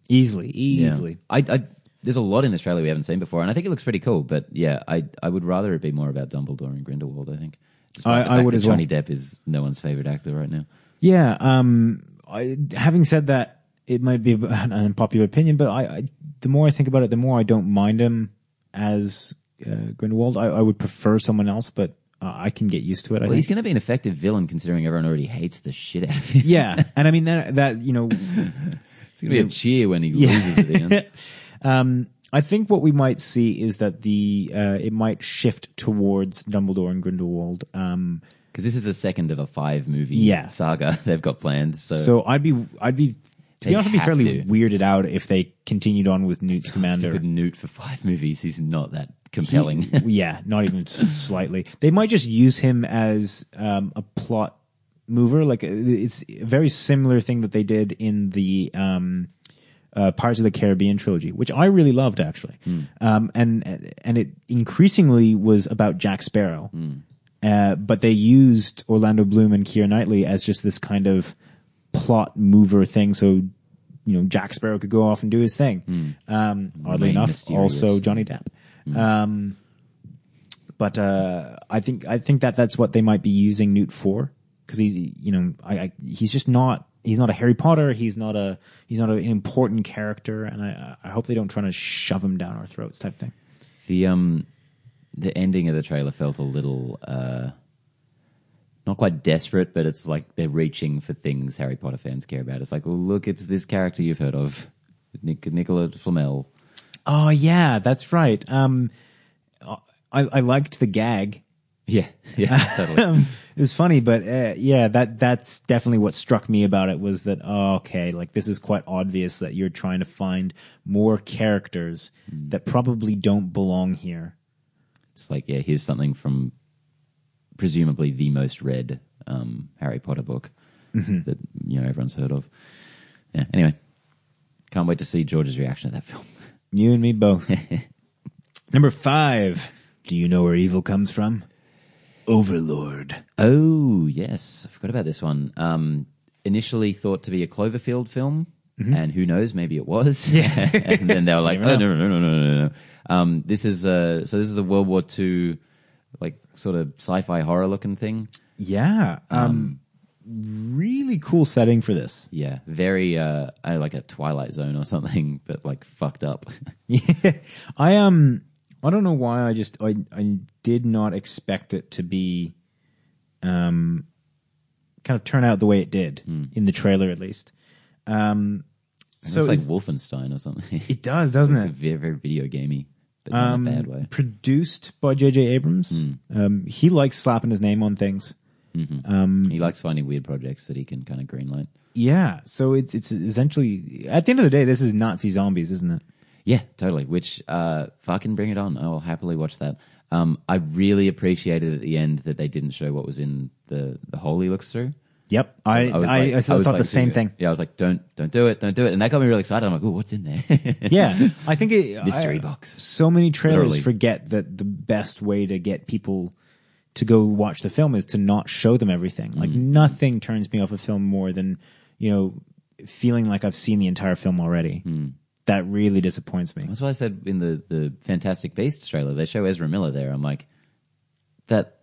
Speaker 1: Easily,
Speaker 2: yeah.
Speaker 1: easily.
Speaker 2: I, I there's a lot in this trailer we haven't seen before, and I think it looks pretty cool. But yeah, I I would rather it be more about Dumbledore and Grindelwald. I think. Despite
Speaker 1: I-
Speaker 2: the
Speaker 1: I
Speaker 2: fact
Speaker 1: would
Speaker 2: that
Speaker 1: as well.
Speaker 2: Johnny Depp is no one's favorite actor right now.
Speaker 1: Yeah. Um. I, having said that, it might be an unpopular opinion, but I, I the more I think about it, the more I don't mind him as uh, Grindelwald. I, I would prefer someone else, but uh, I can get used to it. I
Speaker 2: Well,
Speaker 1: think.
Speaker 2: he's going to be an effective villain considering everyone already hates the shit out of him.
Speaker 1: Yeah, and I mean that that you know
Speaker 2: it's going to be a cheer when he loses at the end.
Speaker 1: Um, I think what we might see is that the uh, it might shift towards Dumbledore and Grindelwald. Um,
Speaker 2: because this is the second of a five movie
Speaker 1: Yeah.
Speaker 2: saga they've got planned. So,
Speaker 1: so I'd be I'd be to be
Speaker 2: They
Speaker 1: honest, I'd be
Speaker 2: have
Speaker 1: fairly
Speaker 2: to.
Speaker 1: weirded out if they continued on with Newt's
Speaker 2: stupid
Speaker 1: Commander.
Speaker 2: Newt for five movies, he's not that compelling.
Speaker 1: yeah, not even s- slightly. They might just use him as um, a plot mover. Like uh, it's a very similar thing that they did in the um, uh, Pirates of the Caribbean trilogy, which I really loved actually. Um, and and it increasingly was about Jack Sparrow, uh, but they used Orlando Bloom and Keira Knightley as just this kind of plot mover thing. So. You know, Jack Sparrow could go off and do his thing. Um, oddly
Speaker 2: Remain
Speaker 1: enough,
Speaker 2: mysterious.
Speaker 1: also Johnny Depp. Um, but uh, I think I think that that's what they might be using Newt for because he's you know I, I he's just not he's not a Harry Potter he's not a he's not an important character and I I hope they don't try to shove him down our throats type thing.
Speaker 2: the um, the ending of the trailer felt a little uh, not quite desperate, but it's like they're reaching for things Harry Potter fans care about. It's like, well, look, it's this character you've heard of, Nic- Nicola Flamel.
Speaker 1: Oh yeah, that's right. Um, I, I liked the gag.
Speaker 2: Yeah, yeah, totally.
Speaker 1: Um, it was funny, but uh, yeah, that that's definitely what struck me about it was that oh, okay, like this is quite obvious that you're trying to find more characters that probably don't belong here.
Speaker 2: It's like, yeah, here's something from presumably the most read um, Harry Potter book that you know everyone's heard of. Yeah. Anyway, can't wait to see George's reaction to that film.
Speaker 1: You and me both. Number five. Do you know where evil comes from? Overlord.
Speaker 2: Oh yes, I forgot about this one. Um, initially thought to be a Cloverfield film, and who knows, maybe it was. Yeah. and then they were like,
Speaker 1: Mm-hmm. Never
Speaker 2: oh, no, no, no, no, no, no. Um, this is a so this is a World War II, like sort of sci-fi horror looking thing.
Speaker 1: Yeah. Um, really cool setting for this.
Speaker 2: Yeah, very uh, I like a Twilight Zone or something, but like fucked up.
Speaker 1: Yeah. I um I don't know why I just I I did not expect it to be um kind of turn out the way it did in the trailer at least. Um so
Speaker 2: it's like
Speaker 1: it's-
Speaker 2: Wolfenstein or something.
Speaker 1: it does, doesn't it?
Speaker 2: very, very video gamey, but not in a
Speaker 1: Um,
Speaker 2: bad way.
Speaker 1: Produced by J.J. Abrams. Um, he likes slapping his name on things.
Speaker 2: he likes finding weird projects that he can kind of greenlight.
Speaker 1: Yeah, so it's it's essentially at the end of the day, this is Nazi zombies, isn't it?
Speaker 2: Yeah, totally. Which uh, fucking bring it on. I will happily watch that. Um, I really appreciated at the end that they didn't show what was in the the hole he looks through.
Speaker 1: Yep, I I,
Speaker 2: was
Speaker 1: I,
Speaker 2: like-
Speaker 1: thought
Speaker 2: was
Speaker 1: the same
Speaker 2: like seeing-
Speaker 1: thing.
Speaker 2: Yeah, I was like, don't don't do it, don't do it, and that got me really excited. I'm like, oh, what's in there?
Speaker 1: Yeah, I think it
Speaker 2: Mystery
Speaker 1: I-
Speaker 2: box.
Speaker 1: So many trailers
Speaker 2: Literally.
Speaker 1: forget that the best way to get people to go watch the film is to not show them everything. Like
Speaker 2: Mm-hmm.
Speaker 1: nothing turns me off a film more than you know feeling like I've seen the entire film already.
Speaker 2: Hmm.
Speaker 1: That really disappoints me.
Speaker 2: That's what I said in the the Fantastic Beasts trailer. They show Ezra Miller there. I'm like, that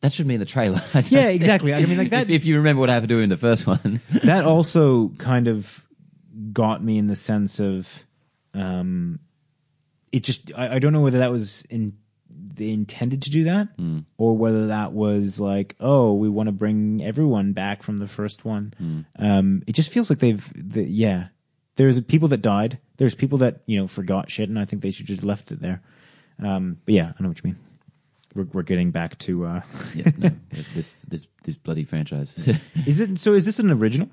Speaker 2: that should be in the trailer. I don't-
Speaker 1: Yeah, exactly. I mean, like that.
Speaker 2: If, if you remember what happened to him in the first one,
Speaker 1: that also kind of got me in the sense of um it just I, I don't know whether that was in they intended to do that or whether that was like oh we want to bring everyone back from the first one um it just feels like they've the, yeah there's people that died there's people that you know forgot shit and i think they should just left it there um but yeah i know what you mean we're, we're getting back to uh
Speaker 2: yeah, no, this this this bloody franchise.
Speaker 1: is it so is this an original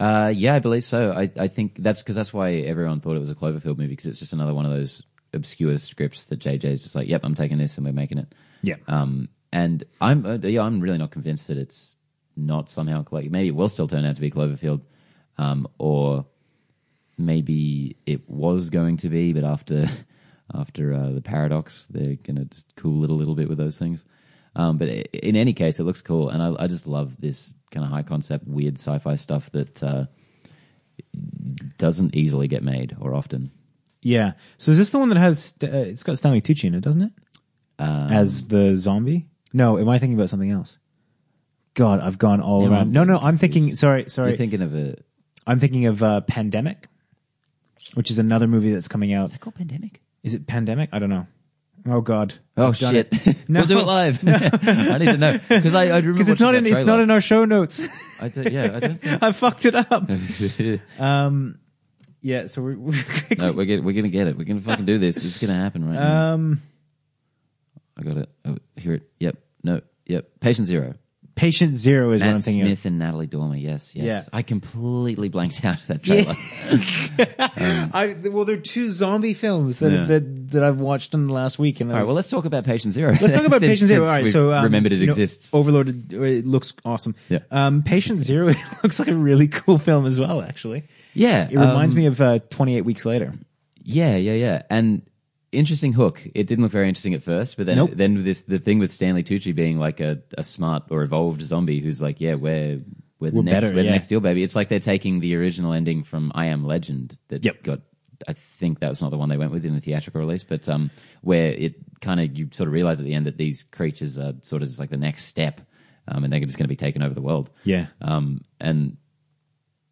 Speaker 2: Uh, yeah, I believe so. I, I think that's because that's why everyone thought it was a Cloverfield movie because it's just another one of those obscure scripts that JJ's just like, yep, I'm taking this and we're making it.
Speaker 1: yeah
Speaker 2: Um, and I'm uh, yeah, I'm really not convinced that it's not somehow like maybe it will still turn out to be Cloverfield, um, or maybe it was going to be, but after after uh, the paradox, they're gonna just cool it a little bit with those things. Um, but i- in any case, it looks cool, and I, I just love this kind of high concept, weird sci-fi stuff that uh, doesn't easily get made or often.
Speaker 1: Yeah. So is this the one that has uh, it's got Stanley Tucci in it, doesn't it?
Speaker 2: Um,
Speaker 1: As the zombie? No, am I thinking about something else? God, I've gone all
Speaker 2: Yeah,
Speaker 1: around.
Speaker 2: I'm
Speaker 1: No, no, I'm thinking.
Speaker 2: confused.
Speaker 1: Sorry, sorry.
Speaker 2: You're thinking of a
Speaker 1: I'm thinking of uh, Pandemic, which is another movie that's coming out.
Speaker 2: is that called pandemic?
Speaker 1: Is it Pandemic? I don't know. Oh God,
Speaker 2: Oh
Speaker 1: I've done
Speaker 2: shit!
Speaker 1: it. No.
Speaker 2: We'll do it live. I need to know because I, I remember
Speaker 1: because it's
Speaker 2: watching
Speaker 1: not in
Speaker 2: that
Speaker 1: it's
Speaker 2: trailer.
Speaker 1: not in our show notes.
Speaker 2: I don't, yeah, I don't
Speaker 1: I fucked it up.
Speaker 2: think.
Speaker 1: Yeah. So we're, we're
Speaker 2: no, we're gonna, we're gonna get it. We're gonna fucking do this. It's gonna happen right now.
Speaker 1: um,
Speaker 2: I got it. I hear it. Yep. No. Yep. Patient zero.
Speaker 1: Patient Zero is what I'm
Speaker 2: Matt
Speaker 1: thinking.
Speaker 2: Smith and Natalie Dormer. Yes. Yes.
Speaker 1: Yeah.
Speaker 2: I completely blanked out that trailer.
Speaker 1: Of. I well, there are two zombie films that
Speaker 2: Yeah.
Speaker 1: that, that I've watched in the last week, and
Speaker 2: All right. Well, let's talk about Patient Zero.
Speaker 1: Let's talk about Patient Zero. All right, so um,
Speaker 2: remembered it
Speaker 1: you know,
Speaker 2: exists.
Speaker 1: Overlord uh, it looks awesome.
Speaker 2: Yeah.
Speaker 1: Um, Patient Zero looks like a really cool film as well. Actually,
Speaker 2: yeah.
Speaker 1: it reminds
Speaker 2: um,
Speaker 1: me of uh, Twenty Eight Weeks Later.
Speaker 2: Yeah, yeah, yeah. And interesting hook. It didn't look very interesting at first, but then
Speaker 1: Nope.
Speaker 2: then this the thing with Stanley Tucci being like a, a smart or evolved zombie who's like, yeah, we're we're the
Speaker 1: We're
Speaker 2: next
Speaker 1: better,
Speaker 2: we're
Speaker 1: yeah.
Speaker 2: the next deal, baby. It's like they're taking the original ending from I Am Legend that
Speaker 1: Yep.
Speaker 2: got. I think that's not the one they went with in the theatrical release, but um, where it kind of you sort of realize at the end that these creatures are sort of just like the next step, um, and they're just going to be taking over the world.
Speaker 1: Yeah.
Speaker 2: Um, and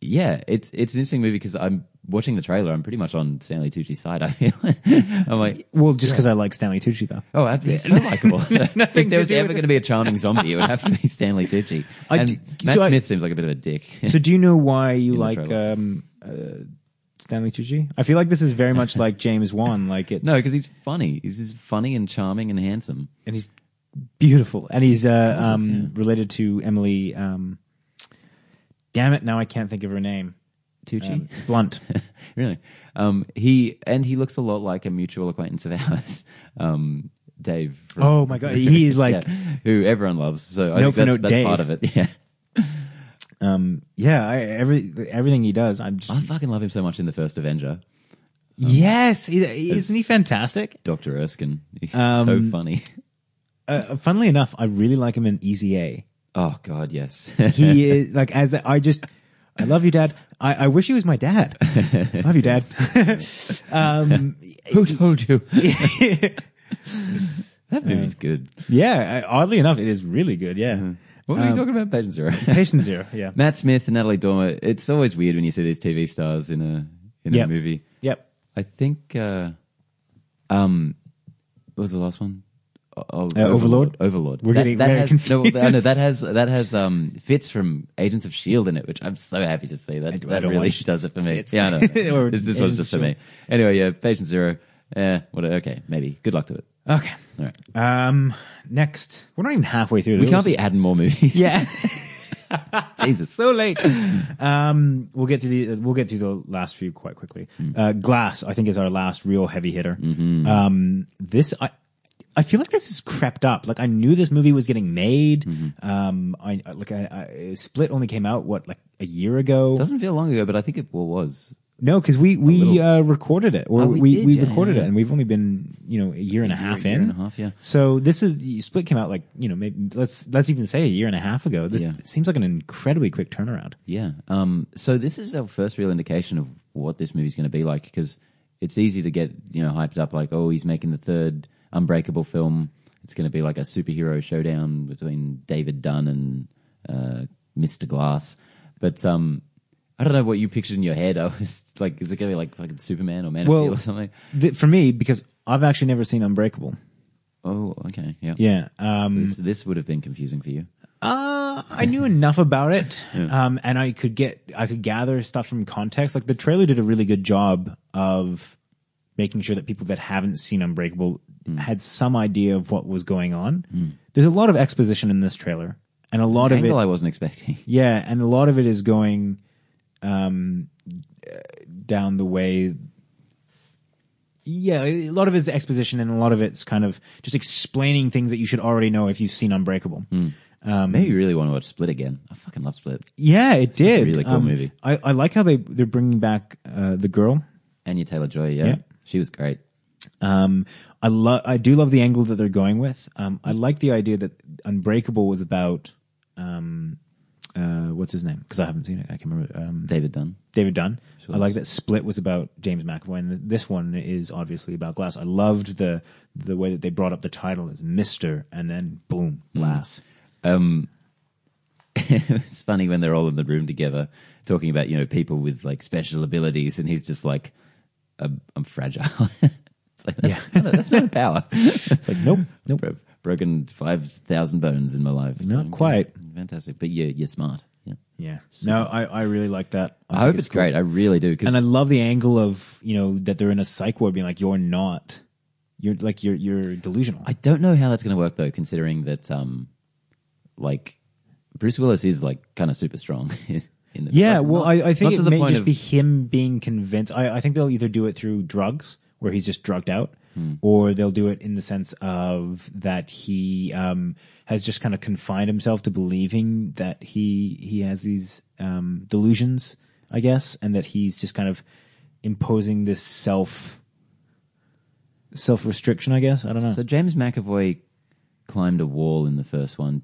Speaker 2: yeah, it's it's an interesting movie because I'm watching the trailer. I'm pretty much on Stanley Tucci's side. I feel. I'm like,
Speaker 1: Well, just because I like Stanley Tucci, though.
Speaker 2: oh, I- he's so likable. if
Speaker 1: Nothing to
Speaker 2: there was
Speaker 1: do
Speaker 2: ever
Speaker 1: with
Speaker 2: going to be a charming zombie, it would have to be Stanley Tucci.
Speaker 1: I
Speaker 2: and
Speaker 1: d-
Speaker 2: Matt
Speaker 1: so I-
Speaker 2: Smith seems like a bit of a dick.
Speaker 1: So, do you know why you like
Speaker 2: trailer.
Speaker 1: um, Stanley Tucci? I feel like this is very much like James Wan. Like it's
Speaker 2: No, because he's funny. He's, he's funny and charming and handsome.
Speaker 1: and he's beautiful, and he's uh, um,
Speaker 2: yeah.
Speaker 1: related to Emily. Um, damn it! Now I can't think of her name.
Speaker 2: Tucci,
Speaker 1: Um, Blunt.
Speaker 2: really. Um, he and he looks a lot like a mutual acquaintance of ours, um, Dave. from-
Speaker 1: Oh my god, he's like
Speaker 2: yeah, who everyone loves. So I
Speaker 1: Note
Speaker 2: think
Speaker 1: for
Speaker 2: that's,
Speaker 1: note
Speaker 2: that's
Speaker 1: Dave.
Speaker 2: part of it. Yeah,
Speaker 1: um yeah I, every everything he does i'm just
Speaker 2: I fucking love him so much in the first Avenger,
Speaker 1: Um, yes he- he- isn't he fantastic
Speaker 2: Doctor Erskine. He's
Speaker 1: Um,
Speaker 2: so funny.
Speaker 1: uh, funnily enough i really like him in easy a
Speaker 2: Oh God, yes.
Speaker 1: he is like as the, i just i love you dad i, I wish he was my dad love you dad um
Speaker 2: who told you? Um, that movie's good.
Speaker 1: yeah I- oddly enough it is really good yeah
Speaker 2: What were you talking about, Patient Zero?
Speaker 1: patient zero yeah
Speaker 2: Matt Smith and Natalie Dormer. It's always weird when you see these TV stars in a in
Speaker 1: Yep.
Speaker 2: a movie.
Speaker 1: yep
Speaker 2: I think. Uh, um, what was the last one? O- o-
Speaker 1: Uh, Overlord?
Speaker 2: Overlord.
Speaker 1: We're
Speaker 2: that,
Speaker 1: getting
Speaker 2: that
Speaker 1: very
Speaker 2: has,
Speaker 1: confused.
Speaker 2: No, no, that has that has um Fitz from Agents of Shield E in it, which I'm so happy to see. That
Speaker 1: do- I
Speaker 2: that
Speaker 1: don't
Speaker 2: really
Speaker 1: watch
Speaker 2: does it for me.
Speaker 1: Fitz.
Speaker 2: Yeah, I know.
Speaker 1: Or
Speaker 2: this this was
Speaker 1: Agents
Speaker 2: just
Speaker 1: of
Speaker 2: for me. Anyway, yeah, Patient Zero. Eh, what? Okay, maybe. Good luck to it.
Speaker 1: okay
Speaker 2: All right.
Speaker 1: um next we're not even halfway through
Speaker 2: We can't be adding more movies.
Speaker 1: yeah
Speaker 2: Jesus.
Speaker 1: so late. Um, we'll get to the we'll get through the last few quite quickly.
Speaker 2: Hmm.
Speaker 1: Uh, Glass, I think, is our last real heavy hitter.
Speaker 2: Mm-hmm.
Speaker 1: Um, this I. I feel like this is crept up. Like I knew this movie was getting made.
Speaker 2: Mm-hmm.
Speaker 1: Um, I I- like I, I, Split only came out what like a year ago.
Speaker 2: Doesn't feel long ago, but I think it was.
Speaker 1: no, because we we
Speaker 2: little-
Speaker 1: uh, recorded it or
Speaker 2: Oh,
Speaker 1: we
Speaker 2: we
Speaker 1: we,
Speaker 2: did, yeah,
Speaker 1: recorded it,
Speaker 2: yeah, yeah.
Speaker 1: and we've only been you know a year and a, half
Speaker 2: year
Speaker 1: in.
Speaker 2: and a half, yeah.
Speaker 1: So this is Split came out like you know maybe let's let's even say a year and a half ago. This
Speaker 2: Yeah.
Speaker 1: seems like an incredibly quick turnaround.
Speaker 2: Yeah. Um, so this is our first real indication of what this movie's going to be like because it's easy to get you know hyped up like oh he's making the third Unbreakable film. It's going to be like a superhero showdown between David Dunn and uh, Mr. Glass. But um, I don't know what you pictured in your head. I was like, is it going to be like fucking Superman or Man
Speaker 1: Well-
Speaker 2: of Steel or something?
Speaker 1: Th for me because I've actually never seen Unbreakable.
Speaker 2: Oh, okay, yeah.
Speaker 1: Yeah. Um,
Speaker 2: This, this would have been confusing for you.
Speaker 1: uh, I knew enough about it, um, and I could get I could gather stuff from context. Like the trailer did a really good job of making sure that people that haven't seen Unbreakable had some idea of what was going on. There's a lot of exposition in this trailer, and a lot of it
Speaker 2: Angle I wasn't expecting.
Speaker 1: Yeah, and a lot of it is going um, uh, down the way. Yeah, a lot of it's exposition, and a lot of it's kind of just explaining things that you should already know if you've seen Unbreakable.
Speaker 2: Hmm.
Speaker 1: Um,
Speaker 2: Maybe you really want to watch Split again. I fucking love Split.
Speaker 1: Yeah, it did. Um,
Speaker 2: really cool movie.
Speaker 1: I, I like how they they're bringing back uh, the girl.
Speaker 2: Anya Taylor Joy, yeah.
Speaker 1: Yeah.
Speaker 2: She was great.
Speaker 1: Um, I love I do love the angle that they're going with. Um, I like the idea that Unbreakable was about um, uh, what's his name because I haven't seen it. I can't remember. Um,
Speaker 2: David Dunn.
Speaker 1: David Dunn. I like that Split was about James McAvoy, and th- this one is obviously about Glass. I loved the the way that they brought up the title as Mister, and then boom,
Speaker 2: Mm.
Speaker 1: Glass.
Speaker 2: it's funny when they're all in the room together talking about, you know, people with like special abilities and he's just like, I'm, I'm fragile. it's like, that's, yeah. not a, that's not a power.
Speaker 1: It's like nope, nope,
Speaker 2: Bro- broken 5,000 bones in my life. It's
Speaker 1: Not
Speaker 2: like,
Speaker 1: quite.
Speaker 2: Fantastic. But you're, you're smart. Yeah.
Speaker 1: yeah. No, I, I really like that.
Speaker 2: I,
Speaker 1: think
Speaker 2: hope it's,
Speaker 1: cool.
Speaker 2: great. I really do. Cause
Speaker 1: and I love the angle of you know that they're in a psych ward, being like you're not, you're like you're you're delusional.
Speaker 2: I don't know how that's going to work though, considering that, um, like Bruce Willis is like kind of super strong. in the,
Speaker 1: yeah,
Speaker 2: like,
Speaker 1: well,
Speaker 2: not-
Speaker 1: I, I
Speaker 2: not
Speaker 1: think
Speaker 2: to
Speaker 1: it
Speaker 2: the
Speaker 1: may
Speaker 2: point
Speaker 1: just
Speaker 2: of-
Speaker 1: be him being convinced. I, I think they'll either do it through drugs, where he's just drugged out,
Speaker 2: Hmm.
Speaker 1: or they'll do it in the sense of that he um, has just kind of confined himself to believing that he he has these um, delusions, I guess, and that he's just kind of imposing this self self restriction. I guess I don't know.
Speaker 2: So James McAvoy climbed a wall in the first one.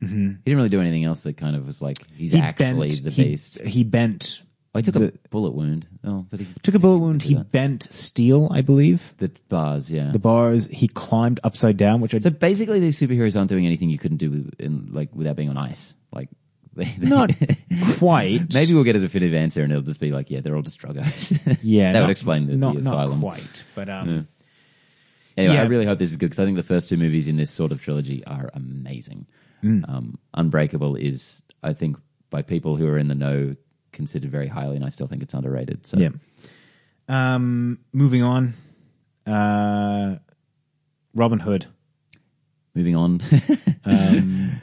Speaker 2: He didn't really do anything else that kind of was like he's actually the
Speaker 1: Mm-hmm. he-
Speaker 2: beast.
Speaker 1: He, bent.
Speaker 2: Oh, he took
Speaker 1: the-
Speaker 2: a bullet wound. Oh, but he
Speaker 1: Took a bullet wound. He
Speaker 2: Yeah.
Speaker 1: bent steel, I believe.
Speaker 2: the bars, yeah.
Speaker 1: The bars. He climbed upside down, which I
Speaker 2: so basically, these superheroes aren't doing anything you couldn't do in like without being on ice. Like they, they-
Speaker 1: not quite.
Speaker 2: Maybe we'll get a definitive answer, and it'll just be like, yeah, they're all just drugos.
Speaker 1: yeah,
Speaker 2: that
Speaker 1: not-
Speaker 2: would explain the,
Speaker 1: not
Speaker 2: the
Speaker 1: not
Speaker 2: asylum.
Speaker 1: quite, but um,
Speaker 2: Anyway,
Speaker 1: Yeah.
Speaker 2: I really hope this is good because I think the first two movies in this sort of trilogy are amazing.
Speaker 1: Mm.
Speaker 2: Um, Unbreakable is, I think, by people who are in the know, considered very highly, and I still think it's underrated. So
Speaker 1: yeah. Um, moving on. Uh, Robin Hood.
Speaker 2: Moving on.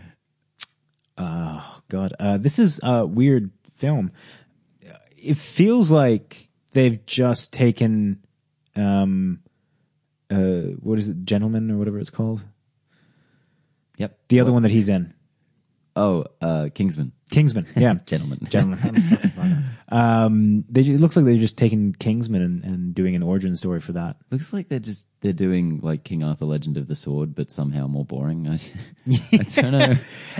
Speaker 1: Oh God, uh, this is a weird film. It feels like they've just taken, um, uh, what is it, Gentleman or whatever it's called,
Speaker 2: yep.
Speaker 1: the other one that he's in,
Speaker 2: Oh, uh, Kingsman.
Speaker 1: Kingsman. Yeah,
Speaker 2: Gentlemen.
Speaker 1: Gentleman. um, they, ju- it looks like they've just taken Kingsman and, and doing an origin story for that.
Speaker 2: Looks like they're just they're doing like King Arthur: Legend of the Sword, but somehow more boring. I, I don't know.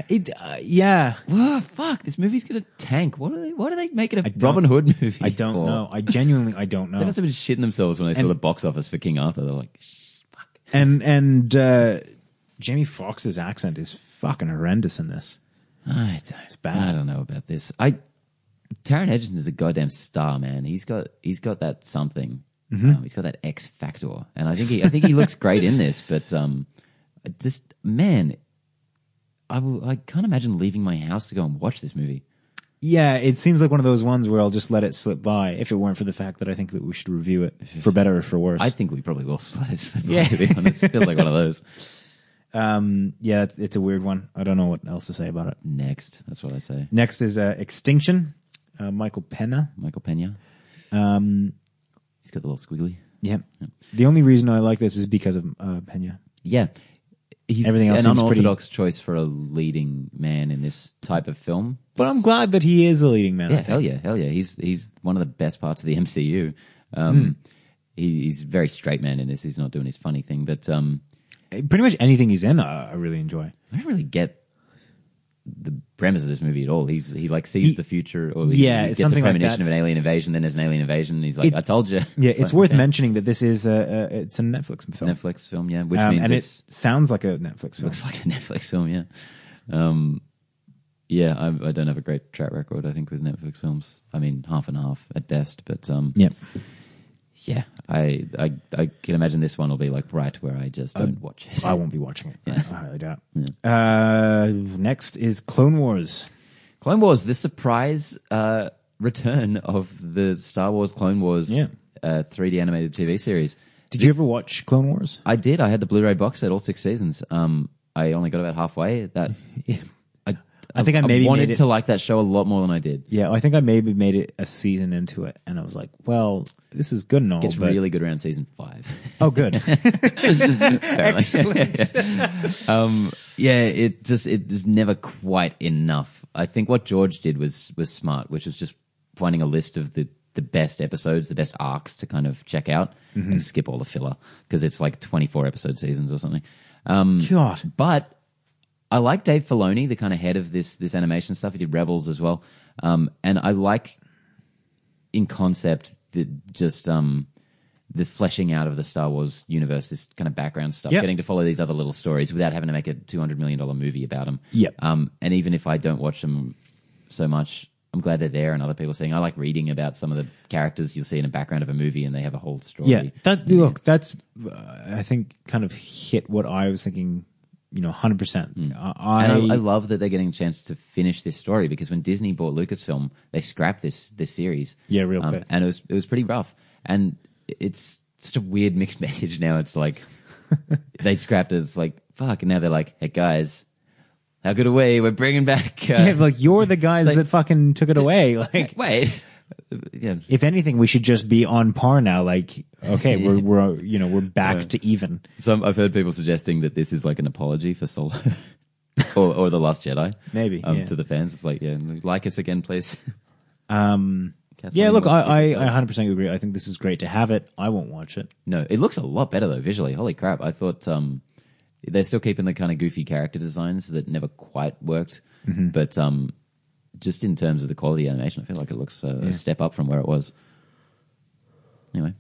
Speaker 1: It, uh, yeah,
Speaker 2: Whoa, fuck! This movie's gonna tank. What are they? Why do they make it a
Speaker 1: don't-
Speaker 2: Robin Hood movie?
Speaker 1: I don't
Speaker 2: for?
Speaker 1: know. I genuinely, I don't know.
Speaker 2: They must have been shitting themselves when they saw
Speaker 1: And-
Speaker 2: the box office for King Arthur. They're like, Shh, fuck.
Speaker 1: and and uh, Jamie Foxx's accent is fucking horrendous in this.
Speaker 2: I don't,
Speaker 1: bad.
Speaker 2: I don't know about this. I Taron Egerton is a goddamn star, man. He's got he's got that something. Um, he's got that X factor, and I think he I think he looks great in this. But um, I just man, I will, I can't imagine leaving my house to go and watch this movie.
Speaker 1: Yeah, it seems like one of those ones where I'll just let it slip by if it weren't for the fact that I think that we should review it for better or for worse.
Speaker 2: I think we probably will split it.
Speaker 1: Yeah.
Speaker 2: Yeah, to be honest, it feels like one of those.
Speaker 1: um, yeah, it's, it's a weird one. I don't know what else to say about it.
Speaker 2: Next, that's what I say.
Speaker 1: Next is uh, Extinction, uh, Michael Pena.
Speaker 2: Michael Pena. Um, he's got the little squiggly.
Speaker 1: Yeah. The only reason I like this is because of uh, Pena.
Speaker 2: Yeah. He's
Speaker 1: Everything else
Speaker 2: an
Speaker 1: seems pretty-
Speaker 2: unorthodox choice for a leading man in this type of film.
Speaker 1: But I'm glad that he is a leading man. I
Speaker 2: Yeah,
Speaker 1: think.
Speaker 2: hell yeah, hell yeah. He's he's one of the best parts of the MCU.
Speaker 1: Hmm.
Speaker 2: Um, he, he's a very straight man in this. He's not doing his funny thing, but um,
Speaker 1: Pretty much anything he's in, I, I really enjoy.
Speaker 2: I don't really get the premise of this movie at all. He's he like sees
Speaker 1: He-
Speaker 2: the future, or he,
Speaker 1: Yeah,
Speaker 2: he
Speaker 1: it's
Speaker 2: gets
Speaker 1: something
Speaker 2: a
Speaker 1: like
Speaker 2: premonition
Speaker 1: that.
Speaker 2: of an alien invasion. Then there's an alien invasion. And he's like,
Speaker 1: It-
Speaker 2: I told you.
Speaker 1: Yeah, it's,
Speaker 2: like,
Speaker 1: worth
Speaker 2: okay.
Speaker 1: mentioning that this is a, a it's a Netflix film,
Speaker 2: Netflix film, yeah, which
Speaker 1: um,
Speaker 2: means
Speaker 1: and it
Speaker 2: it's
Speaker 1: sounds like a Netflix film.
Speaker 2: looks like a Netflix film, yeah. Um, yeah, I, I don't have a great track record, I think, with Netflix films. I mean, half and half at best, but um,
Speaker 1: yeah.
Speaker 2: yeah, I, I I can imagine this one will be like right where I just
Speaker 1: Uh,
Speaker 2: don't watch it.
Speaker 1: I won't be watching it. I highly doubt. Uh, next is Clone Wars.
Speaker 2: Clone Wars, the surprise uh, return of the Star Wars Clone Wars
Speaker 1: Yeah.
Speaker 2: uh, 3D animated TV series.
Speaker 1: Did you ever watch Clone Wars?
Speaker 2: I did. I had the Blu-ray box set, all six seasons. Um, I only got about halfway. That I,
Speaker 1: I think I maybe
Speaker 2: wanted
Speaker 1: made it-
Speaker 2: to like that show a lot more than I did.
Speaker 1: Yeah, I think I maybe made it a season into it, and I was like, "Well, this is good and all,
Speaker 2: It's
Speaker 1: but
Speaker 2: really good around season five.
Speaker 1: oh, good."
Speaker 2: Excellent. um, yeah, it just it was never quite enough. I think what George did was was smart, which was just finding a list of the the best episodes, the best arcs to kind of check out and skip all the filler because it's like twenty four episode seasons or something. Um,
Speaker 1: God,
Speaker 2: but I like Dave Filoni, the kind of head of this this animation stuff. He did Rebels as well, um, and I like in concept the just um, the fleshing out of the Star Wars universe, this kind of background stuff,
Speaker 1: Yep.
Speaker 2: getting to follow these other little stories without having to make a two hundred million dollar movie about them.
Speaker 1: Yep.
Speaker 2: Um, and even if I don't watch them so much. I'm glad they're there and other people are seeing. I like reading about some of the characters you'll see in a background of a movie and they have a whole story.
Speaker 1: yeah, that look, that's uh, I think kind of hit what I was thinking. You know, hundred percent. Hmm. I,
Speaker 2: And I, I love that they're getting a chance to finish this story because when Disney bought Lucasfilm, they scrapped this this series. Um,
Speaker 1: Yeah, real quick.
Speaker 2: And it was it was pretty rough. And it's just a weird mixed message now. It's like they scrapped it. It's like fuck. And now they're like, hey guys, how good away we're bringing back. Uh,
Speaker 1: yeah, like you're the guys that fucking took it away. Like,
Speaker 2: wait, yeah,
Speaker 1: if anything, we should just be on par now. Like, okay, we're we're you know we're back to even.
Speaker 2: Some I've heard people suggesting that this is like an apology for Solo or, or the Last Jedi.
Speaker 1: Maybe,
Speaker 2: um,
Speaker 1: yeah.
Speaker 2: to the fans, it's like yeah, like us again, please.
Speaker 1: Um,
Speaker 2: Kathleen
Speaker 1: yeah, look,
Speaker 2: wants to
Speaker 1: I
Speaker 2: be-
Speaker 1: I hundred percent agree. I think this is great to have it. I won't watch it.
Speaker 2: No, it looks a lot better though visually. Holy crap! I thought um, they're still keeping the kind of goofy character designs that never quite worked,
Speaker 1: Mm-hmm.
Speaker 2: but um, just in terms of the quality of animation, I feel like it looks uh, a step up from where it was. Anyway,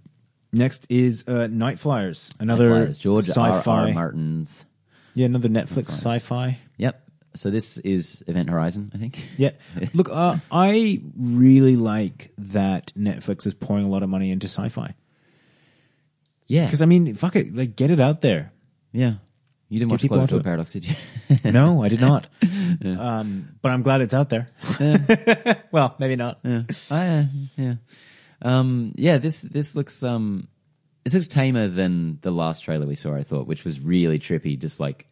Speaker 1: Next is uh, Night Flyers, another
Speaker 2: Flyers, George
Speaker 1: sci-fi.
Speaker 2: R. R. Martin's.
Speaker 1: Yeah, another Netflix sci-fi.
Speaker 2: Yep. So this is Event Horizon, I think.
Speaker 1: Yeah, look, uh, I really like that Netflix is pouring a lot of money into sci-fi
Speaker 2: Yeah.
Speaker 1: because I mean, fuck it, like get it out there.
Speaker 2: Yeah. You didn't watch
Speaker 1: people onto
Speaker 2: Cloverfield
Speaker 1: it.
Speaker 2: Paradox, did you?
Speaker 1: No, I did not, um, but I'm glad it's out there. well, maybe not.
Speaker 2: Oh, yeah. I, uh, yeah. Um, yeah, this this looks um, this looks tamer than the last trailer we saw. I thought, which was really trippy. Just like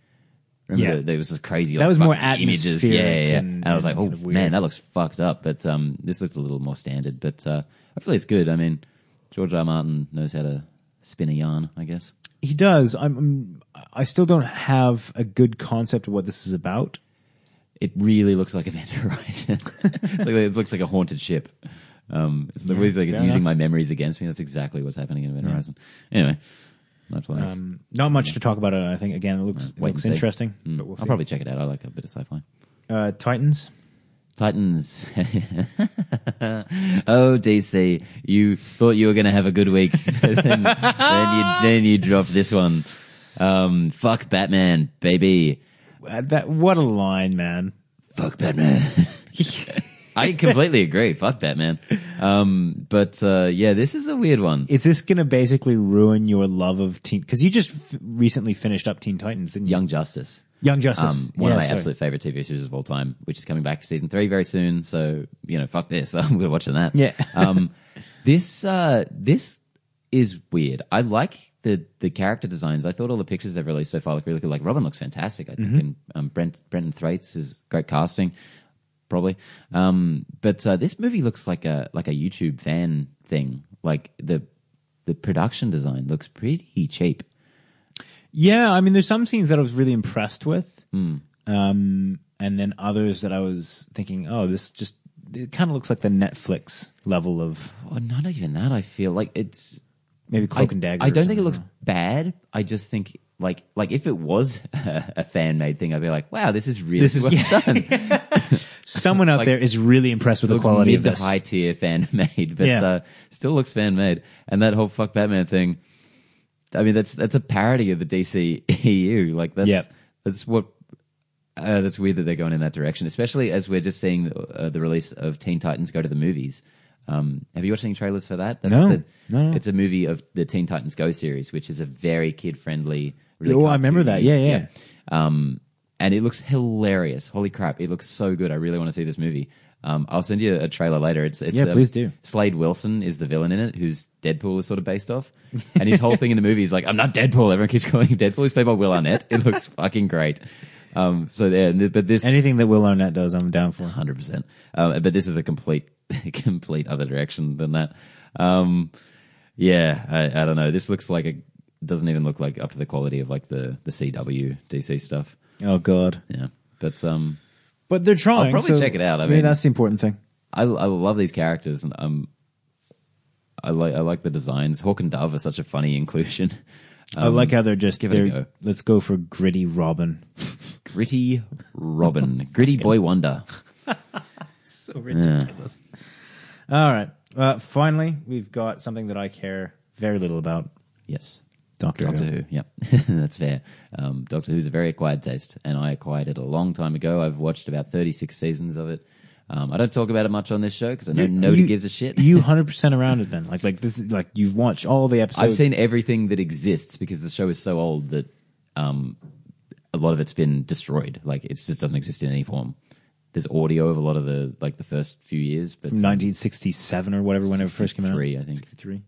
Speaker 2: remember,
Speaker 1: Yeah.
Speaker 2: there was this crazy.
Speaker 1: That
Speaker 2: like,
Speaker 1: was more
Speaker 2: fucking images. Yeah,
Speaker 1: atmospheric
Speaker 2: yeah. yeah.
Speaker 1: and-
Speaker 2: And, I was like,
Speaker 1: and
Speaker 2: oh
Speaker 1: kind of weird.
Speaker 2: man, that looks fucked up. But um, this looks a little more standard. But uh, I feel it's good. I mean, George R. R. Martin knows how to spin a yarn, I guess.
Speaker 1: He does. I'm, I'm. I still don't have a good concept of what this is about.
Speaker 2: It really looks like Event Horizon. it's like, it looks like a haunted ship. Um, it's always like it's
Speaker 1: fair
Speaker 2: using
Speaker 1: enough.
Speaker 2: my memories against me. That's exactly what's happening in Event Horizon. Anyway, much less.
Speaker 1: Um, not much to talk about it. I think again, it looks it
Speaker 2: Wait and
Speaker 1: looks
Speaker 2: see.
Speaker 1: interesting,
Speaker 2: Mm.
Speaker 1: but we'll
Speaker 2: I'll
Speaker 1: see.
Speaker 2: probably check it out. I like a bit of sci-fi.
Speaker 1: uh, Titans.
Speaker 2: Titans. oh, DC, you thought you were going to have a good week, then, then you then you dropped this one. Um, fuck Batman, baby.
Speaker 1: Uh, that what a line, man.
Speaker 2: Fuck Batman. I completely agree. Fuck Batman. Um, but uh, yeah, this is a weird one.
Speaker 1: Is this going to basically ruin your love of Teen? Because you just f- recently finished up Teen Titans, didn't you?
Speaker 2: Young Justice.
Speaker 1: Young
Speaker 2: Um,
Speaker 1: Justice.
Speaker 2: one
Speaker 1: Yeah,
Speaker 2: of my
Speaker 1: sorry.
Speaker 2: absolute favorite TV series of all time, which is coming back for season three very soon. So you know, fuck this. I'm gonna watching that.
Speaker 1: Yeah.
Speaker 2: um, this uh, this is weird. I like the the character designs. I thought all the pictures they've released so far look really good. Like Robin looks fantastic. I think, and um, Brent Brenton Thwaites is great casting, probably. Um, but uh, this movie looks like a like a YouTube fan thing. Like the the production design looks pretty cheap.
Speaker 1: Yeah, I mean, there's some scenes that I was really impressed with,
Speaker 2: Hmm.
Speaker 1: um, and then others that I was thinking, oh, this just it kind of looks like the Netflix level of
Speaker 2: Oh, not even that. I feel like it's
Speaker 1: maybe Cloak
Speaker 2: I,
Speaker 1: and Dagger.
Speaker 2: I
Speaker 1: or
Speaker 2: don't think it
Speaker 1: something.
Speaker 2: looks bad. I just think like like if it was a fan made thing, I'd be like, wow, this is really
Speaker 1: This is-
Speaker 2: well
Speaker 1: yeah.
Speaker 2: done.
Speaker 1: Someone out
Speaker 2: like-
Speaker 1: there is really impressed with the
Speaker 2: looks
Speaker 1: quality
Speaker 2: mid
Speaker 1: of
Speaker 2: to
Speaker 1: this.
Speaker 2: high tier fan made, but
Speaker 1: Yeah.
Speaker 2: uh, still looks fan made. And that whole fuck Batman thing. I mean, that's that's a parody of the DC EU. Like that's
Speaker 1: Yep.
Speaker 2: that's what. Uh, that's weird that they're going in that direction, especially as we're just seeing uh, the release of Teen Titans Go to the movies. Um, have you watched any trailers for that? That's
Speaker 1: No.
Speaker 2: the-
Speaker 1: No.
Speaker 2: It's a movie of the Teen Titans Go series, which is a very kid friendly.
Speaker 1: Oh, I remember that. Yeah, yeah.
Speaker 2: Um, and it looks hilarious. Holy crap! It looks so good. I really want to see this movie. Um, I'll send you a trailer later. It's, it's
Speaker 1: Yeah,
Speaker 2: um,
Speaker 1: please do.
Speaker 2: Slade Wilson is the villain in it, who's Deadpool is sort of based off, and his whole thing in the movie is like, "I'm not Deadpool." Everyone keeps calling him Deadpool. He's played by Will Arnett. It looks fucking great. Um, so there, and th- but this
Speaker 1: Anything that Will Arnett does, I'm down for.
Speaker 2: hundred percent. Um, but this is a complete, complete other direction than that. Um, yeah, I, I don't know. This looks like a doesn't even look like up to the quality of like the the CW DC stuff.
Speaker 1: Oh God!
Speaker 2: Yeah, but um,
Speaker 1: But they're trying.
Speaker 2: probably
Speaker 1: so
Speaker 2: check it out. I
Speaker 1: maybe
Speaker 2: mean-
Speaker 1: that's the important thing.
Speaker 2: I, I love these characters, and um, I like I like the designs. Hawk and Dove are such a funny inclusion.
Speaker 1: I like how they're just
Speaker 2: um, give it a
Speaker 1: they're-
Speaker 2: go.
Speaker 1: Let's go for gritty Robin.
Speaker 2: Gritty Robin, gritty boy wonder. Uh,
Speaker 1: so ridiculous. All right. Uh, finally, we've got something that I care very little about.
Speaker 2: Yes,
Speaker 1: Doctor,
Speaker 2: Doctor Who. Yep, that's fair. Um, Doctor Who's a very acquired taste, and I acquired it a long time ago. I've watched about thirty six seasons of it. Um, I don't talk about it much on this show because I know nobody gives a shit.
Speaker 1: you hundred percent around it then. Like like this is like you've watched all the episodes.
Speaker 2: I've seen everything that exists because the show is so old that um, a lot of it's been destroyed. Like it just doesn't exist in any form. There's audio of a lot of the like the first few years, but
Speaker 1: nineteen sixty seven or whatever when it first came out.
Speaker 2: 63, I think. Um,
Speaker 1: Sixty three.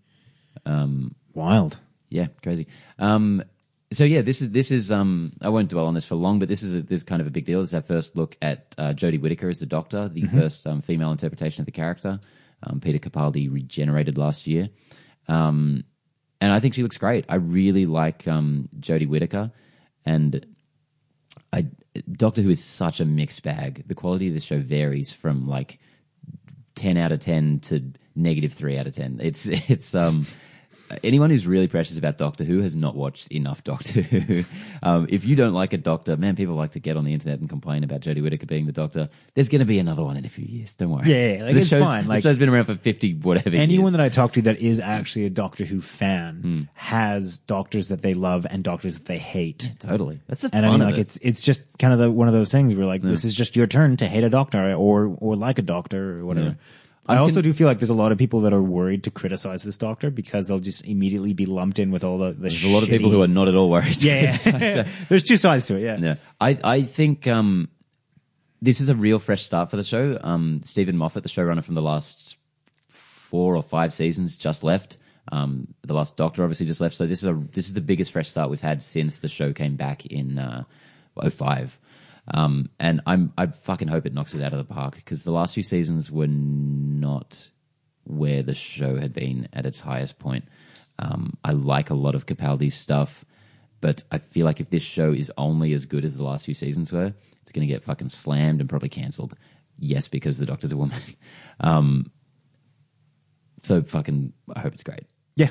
Speaker 1: Um Wild.
Speaker 2: yeah, crazy. Um, so yeah, this is this is um, I won't dwell on this for long, but this is a, this is kind of a big deal. This is our first look at uh, Jodie Whittaker as the Doctor, the first um, female interpretation of the character. Um, Peter Capaldi regenerated last year, um, and I think she looks great. I really like um, Jodie Whittaker, and I Doctor Who is such a mixed bag. The quality of the show varies from like ten out of ten to negative three out of ten. It's it's um anyone who's really precious about Doctor Who has not watched enough Doctor Who. um, if you don't like a Doctor, man, people like to get on the internet and complain about Jodie Whittaker being the Doctor. There's going to be another one in a few years. Don't worry.
Speaker 1: Yeah, like,
Speaker 2: This
Speaker 1: it's
Speaker 2: show's-
Speaker 1: fine,
Speaker 2: this
Speaker 1: like-
Speaker 2: show's been around for fifty whatever.
Speaker 1: Anyone
Speaker 2: years.
Speaker 1: that I talk to that is actually a Doctor Who fan
Speaker 2: Hmm.
Speaker 1: has doctors that they love and doctors that they hate.
Speaker 2: totally. That's the
Speaker 1: And I
Speaker 2: fun
Speaker 1: mean,
Speaker 2: of
Speaker 1: like
Speaker 2: it.
Speaker 1: it's it's just kind of the, one of those things where like this is just your turn to hate a doctor or or like a doctor or whatever. I also do feel like there's a lot of people that are worried to criticize this doctor because they'll just immediately be lumped in with all the the
Speaker 2: There's a lot of people who are not at all worried.
Speaker 1: yeah. yeah. there's two sides to it. Yeah.
Speaker 2: Yeah, I I think um, this is a real fresh start for the show. Um, Stephen Moffat, the showrunner from the last four or five seasons just left. Um, the Last Doctor obviously just left, so this is a this is the biggest fresh start we've had since the show came back in uh, 05. Um, and I'm I fucking hope it knocks it out of the park because the last few seasons were not where the show had been at its highest point. Um, I like a lot of Capaldi's stuff, but I feel like if this show is only as good as the last few seasons were, it's going to get fucking slammed and probably cancelled. Yes, because the Doctor's a woman. um, so fucking, I hope it's great.
Speaker 1: Yeah.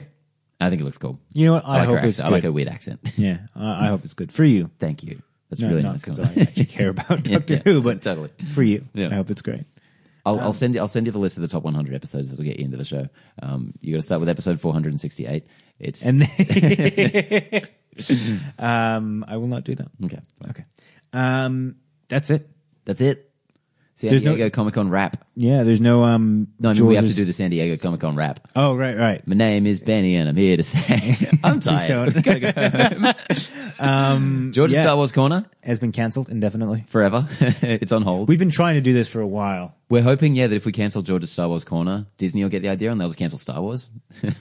Speaker 2: I think it looks cool.
Speaker 1: You know what? I
Speaker 2: like
Speaker 1: hope
Speaker 2: her
Speaker 1: it's
Speaker 2: accent. I like
Speaker 1: good.
Speaker 2: her weird accent.
Speaker 1: Yeah. I, I hope it's good for you.
Speaker 2: Thank you. That's
Speaker 1: No,
Speaker 2: really
Speaker 1: not
Speaker 2: nice.
Speaker 1: because
Speaker 2: comment.
Speaker 1: I actually care about
Speaker 2: Yeah,
Speaker 1: Doctor
Speaker 2: yeah,
Speaker 1: Who, but um,
Speaker 2: totally.
Speaker 1: for you,
Speaker 2: Yeah.
Speaker 1: I hope it's great.
Speaker 2: I'll, I'll send you. I'll send you the list of the top 100 episodes that'll get you into the show. Um, you got to start with episode 468. It's
Speaker 1: And then, um, I will not do that.
Speaker 2: okay.
Speaker 1: Okay. Um, that's it.
Speaker 2: That's it. San
Speaker 1: There's no-
Speaker 2: Diego Comic Con wrap.
Speaker 1: Yeah. There's no um.
Speaker 2: No, I mean we have to
Speaker 1: George's-
Speaker 2: do the San Diego Comic Con wrap.
Speaker 1: Oh right, right.
Speaker 2: My name is Benny, and I'm here to say I'm tired.
Speaker 1: don't.
Speaker 2: Gotta go home.
Speaker 1: Um,
Speaker 2: George's
Speaker 1: yeah,
Speaker 2: Star Wars Corner
Speaker 1: has been cancelled indefinitely.
Speaker 2: forever. it's on hold.
Speaker 1: We've been trying to do this for a while.
Speaker 2: We're hoping, yeah, that if we cancel George's Star Wars Corner, Disney will get the idea and they'll just cancel Star Wars.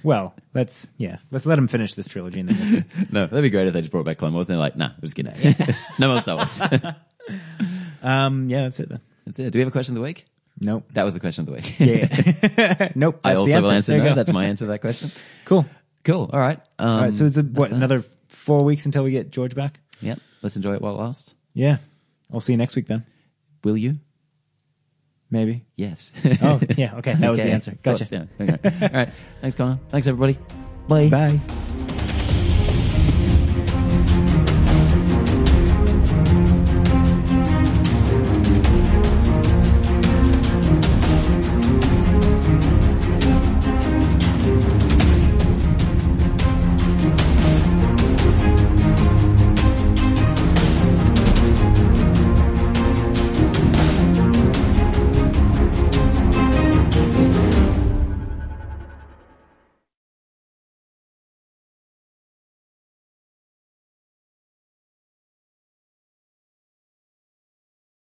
Speaker 1: Well, let's yeah, let's let him finish this trilogy and then we'll see.
Speaker 2: no, that'd be great if they just brought back Clone Wars. And they're like, nah, we're just kidding. no more Star Wars.
Speaker 1: um, yeah, that's it then.
Speaker 2: That's it. Do we have a question of the week?
Speaker 1: Nope.
Speaker 2: That was the question of the week.
Speaker 1: Yeah. nope.
Speaker 2: I
Speaker 1: that's
Speaker 2: also
Speaker 1: the
Speaker 2: will answer
Speaker 1: There you
Speaker 2: no.
Speaker 1: go.
Speaker 2: That's my answer to that question.
Speaker 1: cool.
Speaker 2: Cool. All right. Um,
Speaker 1: All right. So it's a, what
Speaker 2: that.
Speaker 1: another four weeks until we get George back.
Speaker 2: yeah, let's enjoy it while it lasts.
Speaker 1: Yeah. I'll see you next week then.
Speaker 2: Will you?
Speaker 1: Maybe.
Speaker 2: Yes.
Speaker 1: Oh yeah. Okay. That was the
Speaker 2: Okay.
Speaker 1: answer. Gotcha.
Speaker 2: Of course, yeah. Okay. All right. Thanks, Connor. Thanks, everybody. Bye.
Speaker 1: Bye.